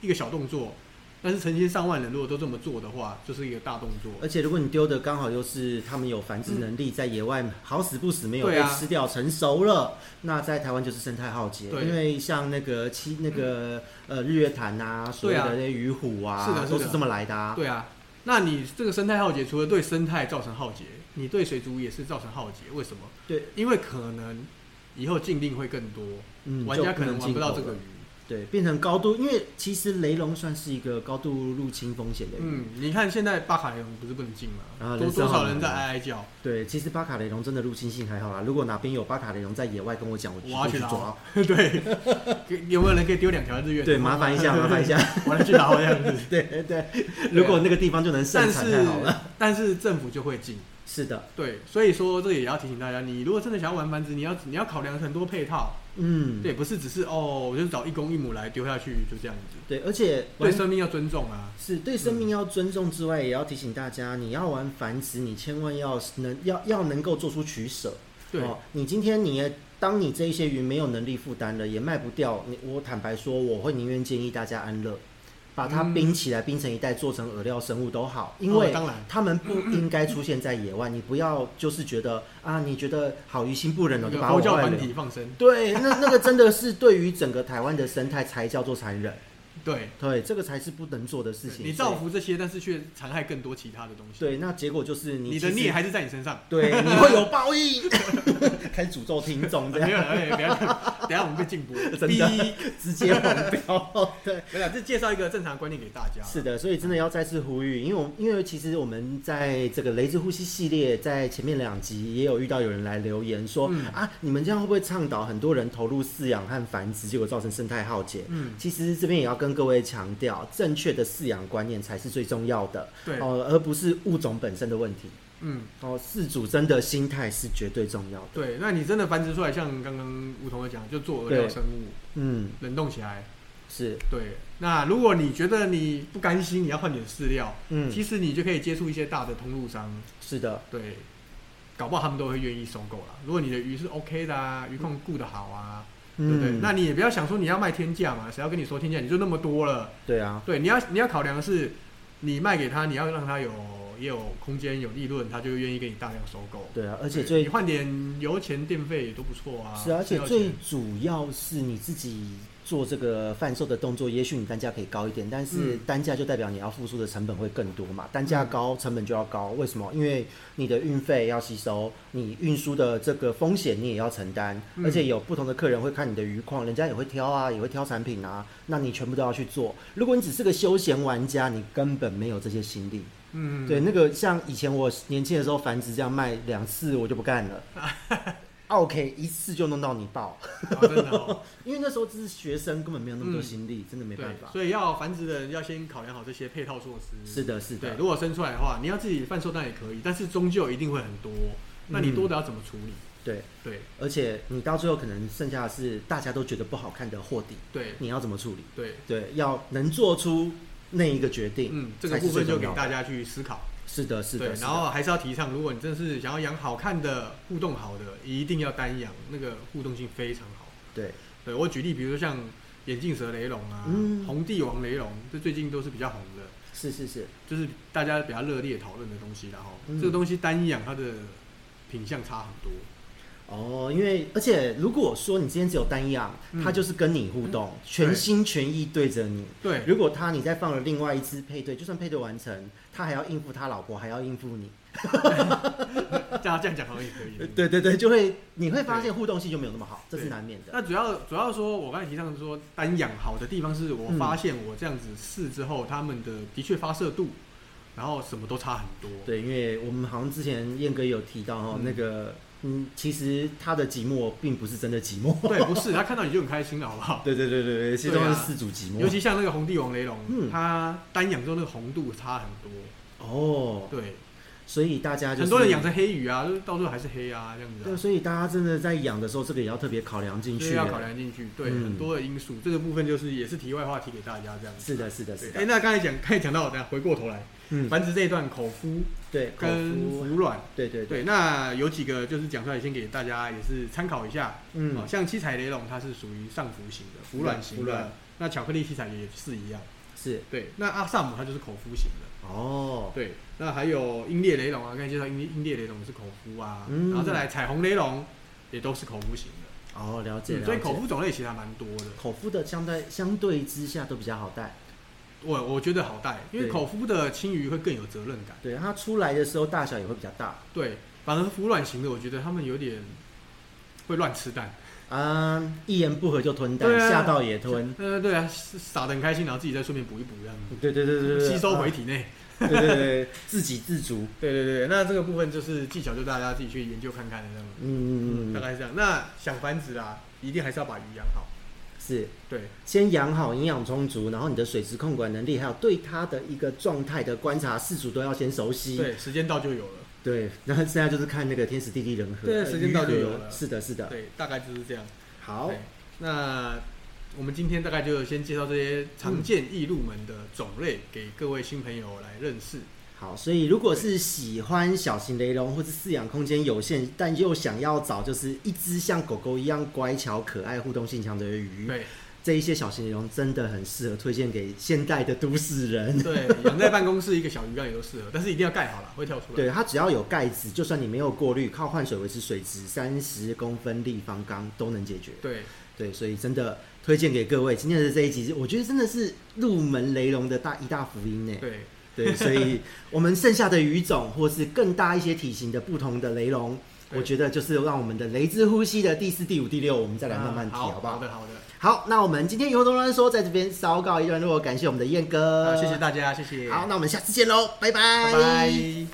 Speaker 2: 一个小动作，但是成千上万人如果都这么做的话，就是一个大动作。
Speaker 1: 而且如果你丢的刚好又是他们有繁殖能力，在野外好死不死没有
Speaker 2: 对
Speaker 1: 被
Speaker 2: 啊
Speaker 1: 吃掉、成熟了，那在台湾就是生态浩劫。
Speaker 2: 对
Speaker 1: 因为像那个七那个呃日月潭啊，所有
Speaker 2: 对
Speaker 1: 的
Speaker 2: 啊
Speaker 1: 那些鱼虎啊，
Speaker 2: 是的是
Speaker 1: 都
Speaker 2: 的
Speaker 1: 是这么来的啊。
Speaker 2: 对啊，那你这个生态浩劫，除了对生态造成浩劫，你对水族也是造成浩劫。为什么？
Speaker 1: 对，
Speaker 2: 因为可能以后禁令会更多，
Speaker 1: 嗯，
Speaker 2: 玩
Speaker 1: 就
Speaker 2: 家可能
Speaker 1: 能
Speaker 2: 玩
Speaker 1: 进
Speaker 2: 不到
Speaker 1: 口
Speaker 2: 这个
Speaker 1: 了
Speaker 2: 鱼。
Speaker 1: 对，变成高度，因为其实雷龙算是一个高度入侵风险的鱼。
Speaker 2: 嗯，你看现在巴卡雷龙不是不能进吗？
Speaker 1: 啊
Speaker 2: 多
Speaker 1: 人生
Speaker 2: 多
Speaker 1: 好
Speaker 2: 少
Speaker 1: 难
Speaker 2: 人在
Speaker 1: 啊
Speaker 2: 哀哀叫？
Speaker 1: 对，其实巴卡雷龙真的入侵性还好啦。如果哪边有巴卡雷龙在野外跟我讲，我
Speaker 2: 我要
Speaker 1: 去
Speaker 2: 去
Speaker 1: 抓
Speaker 2: 捞。对， 给有没有人可以丢两条日月？
Speaker 1: 对，麻烦一 下，麻烦一下。
Speaker 2: 我来去捞这样子。
Speaker 1: 对对，如果那个地方就能盛
Speaker 2: 啊但
Speaker 1: 产太好了。
Speaker 2: 是但是政府就会禁，
Speaker 1: 是的，
Speaker 2: 对，所以说这也要提醒大家，你如果真的想要玩繁殖，你要你要考量很多配套，
Speaker 1: 嗯，
Speaker 2: 对，不是只是哦，我就找一公一母来丢下去就这样子，
Speaker 1: 对，而且
Speaker 2: 对
Speaker 1: 玩
Speaker 2: 生命要尊重啊，
Speaker 1: 是对生命要尊重之外，也要提醒大家，你要玩繁殖，你千万要能要要能够做出取舍。
Speaker 2: 对，
Speaker 1: 哦，你今天你也当你这一些鱼没有能力负担了，也卖不掉，你我坦白说，我会宁愿建议大家安乐，把它
Speaker 2: 嗯
Speaker 1: 冰起来，冰成一袋，做成饵料生物都好，因为
Speaker 2: 哦当然
Speaker 1: 它们不应该出现在野外。你不要就是觉得啊，你觉得好于心不忍了，就
Speaker 2: 有
Speaker 1: 把它
Speaker 2: 佛教
Speaker 1: 往外
Speaker 2: 团
Speaker 1: 流
Speaker 2: 体。放生，
Speaker 1: 对，那那个真的是对于整个台湾的生态才叫做残忍。
Speaker 2: 对，
Speaker 1: 对，这个才是不能做的事情。
Speaker 2: 你造福这些，但是却残害更多其他的东西，
Speaker 1: 所以对，那结果就是你
Speaker 2: 你的
Speaker 1: 其实
Speaker 2: 孽还是在你身 上。啊
Speaker 1: 对， 你会有报应， 开始诅咒听众这
Speaker 2: 没
Speaker 1: 样，
Speaker 2: 有，没有，不要， 等一下我们被禁播。
Speaker 1: 真的
Speaker 2: 哔
Speaker 1: 直接黄标。对，
Speaker 2: 没有，这介绍一个正常的观念给大家。
Speaker 1: 是的，所以真的要再次呼吁，因为我们因为其实我们在这个雷之呼吸系列，在前面两集也有遇到有人来留言说、
Speaker 2: 嗯
Speaker 1: 啊，你们这样会不会倡导很多人投入饲养和繁殖，结果造成生态浩劫？
Speaker 2: 嗯，
Speaker 1: 其实这边也要跟各位强调，正确的饲养观念才是最重要的，
Speaker 2: 对
Speaker 1: 哦，而不是物种本身的问题。
Speaker 2: 嗯，
Speaker 1: 哦，饲主真的心态是绝对重要的。
Speaker 2: 对，那你真的繁殖出来，像刚刚梧桐有讲，就做饵料
Speaker 1: 对
Speaker 2: 生物，
Speaker 1: 嗯，
Speaker 2: 冷冻起来。
Speaker 1: 是，
Speaker 2: 对，那如果你觉得你不甘心，你要换点饲料，
Speaker 1: 嗯，
Speaker 2: 其实你就可以接触一些大的通路商，
Speaker 1: 是的，
Speaker 2: 对，搞不好他们都会愿意收购啦。如果你的鱼是 OK 的啊，鱼控顾得好啊，对
Speaker 1: 嗯，
Speaker 2: 不对？那你也不要想说你要卖天价嘛，谁要跟你说天价？你就那么多了，
Speaker 1: 对啊，
Speaker 2: 对，你要你要考量的是，你卖给他，你要让他有也有空间有利润，他就愿意给你大量收购。
Speaker 1: 对啊，而且
Speaker 2: 对
Speaker 1: 最
Speaker 2: 你换点油钱电费也都不错啊。
Speaker 1: 是啊，而且
Speaker 2: 需要
Speaker 1: 最
Speaker 2: 钱
Speaker 1: 主要是你自己做这个贩售的动作，也许你单价可以高一点，但是
Speaker 2: 嗯
Speaker 1: 单价就代表你要付出的成本会更多嘛，单价高成本就要高，为什么？因为你的运费要吸收，你运输的这个风险你也要承担，
Speaker 2: 嗯
Speaker 1: 而且有不同的客人会看你的鱼况，人家也会挑啊，也会挑产品啊，那你全部都要去做。如果你只是个休闲玩家，你根本没有这些心力。
Speaker 2: 嗯
Speaker 1: 对，那个像以前我年轻的时候繁殖这样卖两次我就不干 了，OK 一次就弄到你爆，
Speaker 2: 啊真的哦
Speaker 1: 因为那时候只是学生，根本没有那么多
Speaker 2: 嗯
Speaker 1: 心力，真的 没
Speaker 2: 对
Speaker 1: 办，法。
Speaker 2: 所以要繁殖的人要先考量好这些配套措施。
Speaker 1: 是的，是
Speaker 2: 对，
Speaker 1: 的，
Speaker 2: 如果生出来的话，你要自己贩售当然也可以，但是终究一定会很多，那
Speaker 1: 嗯
Speaker 2: 你多的要怎么处理？
Speaker 1: 对，
Speaker 2: 对
Speaker 1: 而且你到最后可能剩下的是大家都觉得不好看的货底，
Speaker 2: 对
Speaker 1: 你要怎么处理？
Speaker 2: 对，
Speaker 1: 对，要能做出那一个决定，
Speaker 2: 嗯，这个部分就给大家去思考。
Speaker 1: 是的，是
Speaker 2: 对，
Speaker 1: 的，是
Speaker 2: 然
Speaker 1: 的，
Speaker 2: 后啊还是要提倡，如果你真的是想要养好看的、互动好的，一定要单养，那个互动性非常好。
Speaker 1: 对，
Speaker 2: 对我举例，比如说像眼镜蛇雷龙啊、
Speaker 1: 嗯
Speaker 2: 红帝王雷龙，这最近都是比较红的。
Speaker 1: 是是是，
Speaker 2: 就是大家比较热烈讨论的东西然后
Speaker 1: 嗯
Speaker 2: 这个东西单一养它的品相差很多，
Speaker 1: 哦，因为而且如果说你今天只有单样，
Speaker 2: 嗯
Speaker 1: 它就是跟你互动，全心全意对着你，
Speaker 2: 对，
Speaker 1: 如果他你再放了另外一只配对，就算配对完成，他还要应付他老婆，还要应付你。
Speaker 2: 大家这样讲好像也可以。，
Speaker 1: 呃对对对，就会你会发现互动性就没有那么好，这是难免的。
Speaker 2: 那主要主要说，我刚才提倡说单养好的地方是我
Speaker 1: 嗯
Speaker 2: 发现我这样子试之后，他们的的确发射度，然后什么都差很多。
Speaker 1: 对，因为我们好像之前燕哥也有提到哦，
Speaker 2: 嗯
Speaker 1: 那个嗯，其实它的寂寞并不是真的寂寞。
Speaker 2: 对，不是，他看到你就很开心了，好不好？
Speaker 1: 对对对对对，其实都
Speaker 2: 对
Speaker 1: 是
Speaker 2: 啊
Speaker 1: 四组寂寞。
Speaker 2: 尤其像那个红帝王雷龙，
Speaker 1: 嗯
Speaker 2: 它单养之后那个红度差很多。
Speaker 1: 哦，
Speaker 2: 对，
Speaker 1: 所以大家就是
Speaker 2: 很多人养成黑鱼啊，就是到最后还是黑啊这样子、
Speaker 1: 对，
Speaker 2: 啊。
Speaker 1: 所以大家真的在养的时候，这个也要特别考量进
Speaker 2: 所
Speaker 1: 去。
Speaker 2: 以要考量进去，对、
Speaker 1: 啊嗯
Speaker 2: 很多的因素，这个部分就是也是题外话题给大家这样子。
Speaker 1: 是的，是的，是
Speaker 2: 对，哎、
Speaker 1: 的。
Speaker 2: 那刚才讲，刚才讲到，等下回过头来，
Speaker 1: 嗯，
Speaker 2: 繁殖这一段口孵
Speaker 1: 对，口
Speaker 2: 跟
Speaker 1: 服，
Speaker 2: 孵卵，
Speaker 1: 对对对，
Speaker 2: 对，那有几个就是讲出来，先给大家也是参考一下。
Speaker 1: 嗯
Speaker 2: 哦，，像七彩雷龙它是属于上浮型的，孵卵型
Speaker 1: 孵卵
Speaker 2: 的。那巧克力七彩也是一样。
Speaker 1: 是
Speaker 2: 对，那阿萨姆它就是口孵型的。
Speaker 1: 哦，
Speaker 2: 对，那还有英烈雷龙啊，刚才介绍英英烈雷龙是口孵啊，
Speaker 1: 嗯
Speaker 2: 然后再来彩虹雷龙也都是口孵型的。
Speaker 1: 哦，了解了
Speaker 2: 所
Speaker 1: 解。
Speaker 2: 以口孵种类其实还蛮多的。
Speaker 1: 口服的相对相对之下都比较好带，
Speaker 2: 我我觉得好带，因为
Speaker 1: 对
Speaker 2: 口孵的青鱼会更有责任感。
Speaker 1: 对它出来的时候大小也会比较大
Speaker 2: 对，反而孵卵型的，我觉得他们有点会乱吃蛋。
Speaker 1: 啊、一言不合就吞蛋，
Speaker 2: 对啊
Speaker 1: 吓到也吞。
Speaker 2: 呃，对啊，傻的很开心，然后自己再顺便补一补这样子，
Speaker 1: 对对对对对，
Speaker 2: 吸收
Speaker 1: 啊
Speaker 2: 回体内。
Speaker 1: 对对对对，自给自足。
Speaker 2: 对对对，那这个部分就是技巧，就大家自己去研究看看的这样子。
Speaker 1: 嗯，
Speaker 2: 大概是这样。那想繁殖啊，一定还是要把鱼养好。
Speaker 1: 是
Speaker 2: 对，
Speaker 1: 先养好营养充足，然后你的水质控管能力，还有对它的一个状态的观察，四组都要先熟悉。
Speaker 2: 对，时间到就有了。
Speaker 1: 对，然后剩下就是看那个天时地利人和。
Speaker 2: 对
Speaker 1: 呃
Speaker 2: 时间到就
Speaker 1: 鱼
Speaker 2: 有
Speaker 1: 和
Speaker 2: 了
Speaker 1: 是的，是的。
Speaker 2: 对，大概就是这样。
Speaker 1: 好
Speaker 2: 对，那我们今天大概就先介绍这些常见易入门的种类给各位新朋友来认识。
Speaker 1: 好，所以如果是喜欢小型雷龙或是饲养空间有限，但又想要找就是一只像狗狗一样乖巧可爱、互动性强的鱼，
Speaker 2: 对
Speaker 1: 这一些小型雷龙真的很适合推荐给现代的都市人。
Speaker 2: 对，养在办公室一个小鱼缸也都适合，但是一定要盖好了，会跳出来。
Speaker 1: 对，它只要有盖子，就算你没有过滤，靠换水维持水质三十公分立方缸都能解决。
Speaker 2: 对
Speaker 1: 对，所以真的推荐给各位。今天的这一集，我觉得真的是入门雷龙的大一大福音呢。
Speaker 2: 对
Speaker 1: 对，所 以我们剩下的鱼种或是更大一些体型的不同的雷龙，
Speaker 2: 对
Speaker 1: 我觉得就是让我们的雷之呼吸的第四、第五、第六，我们再来慢慢提，
Speaker 2: 啊
Speaker 1: 好
Speaker 2: 好
Speaker 1: 不好？
Speaker 2: 好的好的，
Speaker 1: 好，那我们今天由东乱说在这边稍告一段落，感谢我们的燕哥，
Speaker 2: 啊谢谢大家，谢谢，
Speaker 1: 好，，那我们下次见喽，拜拜，
Speaker 2: 拜拜。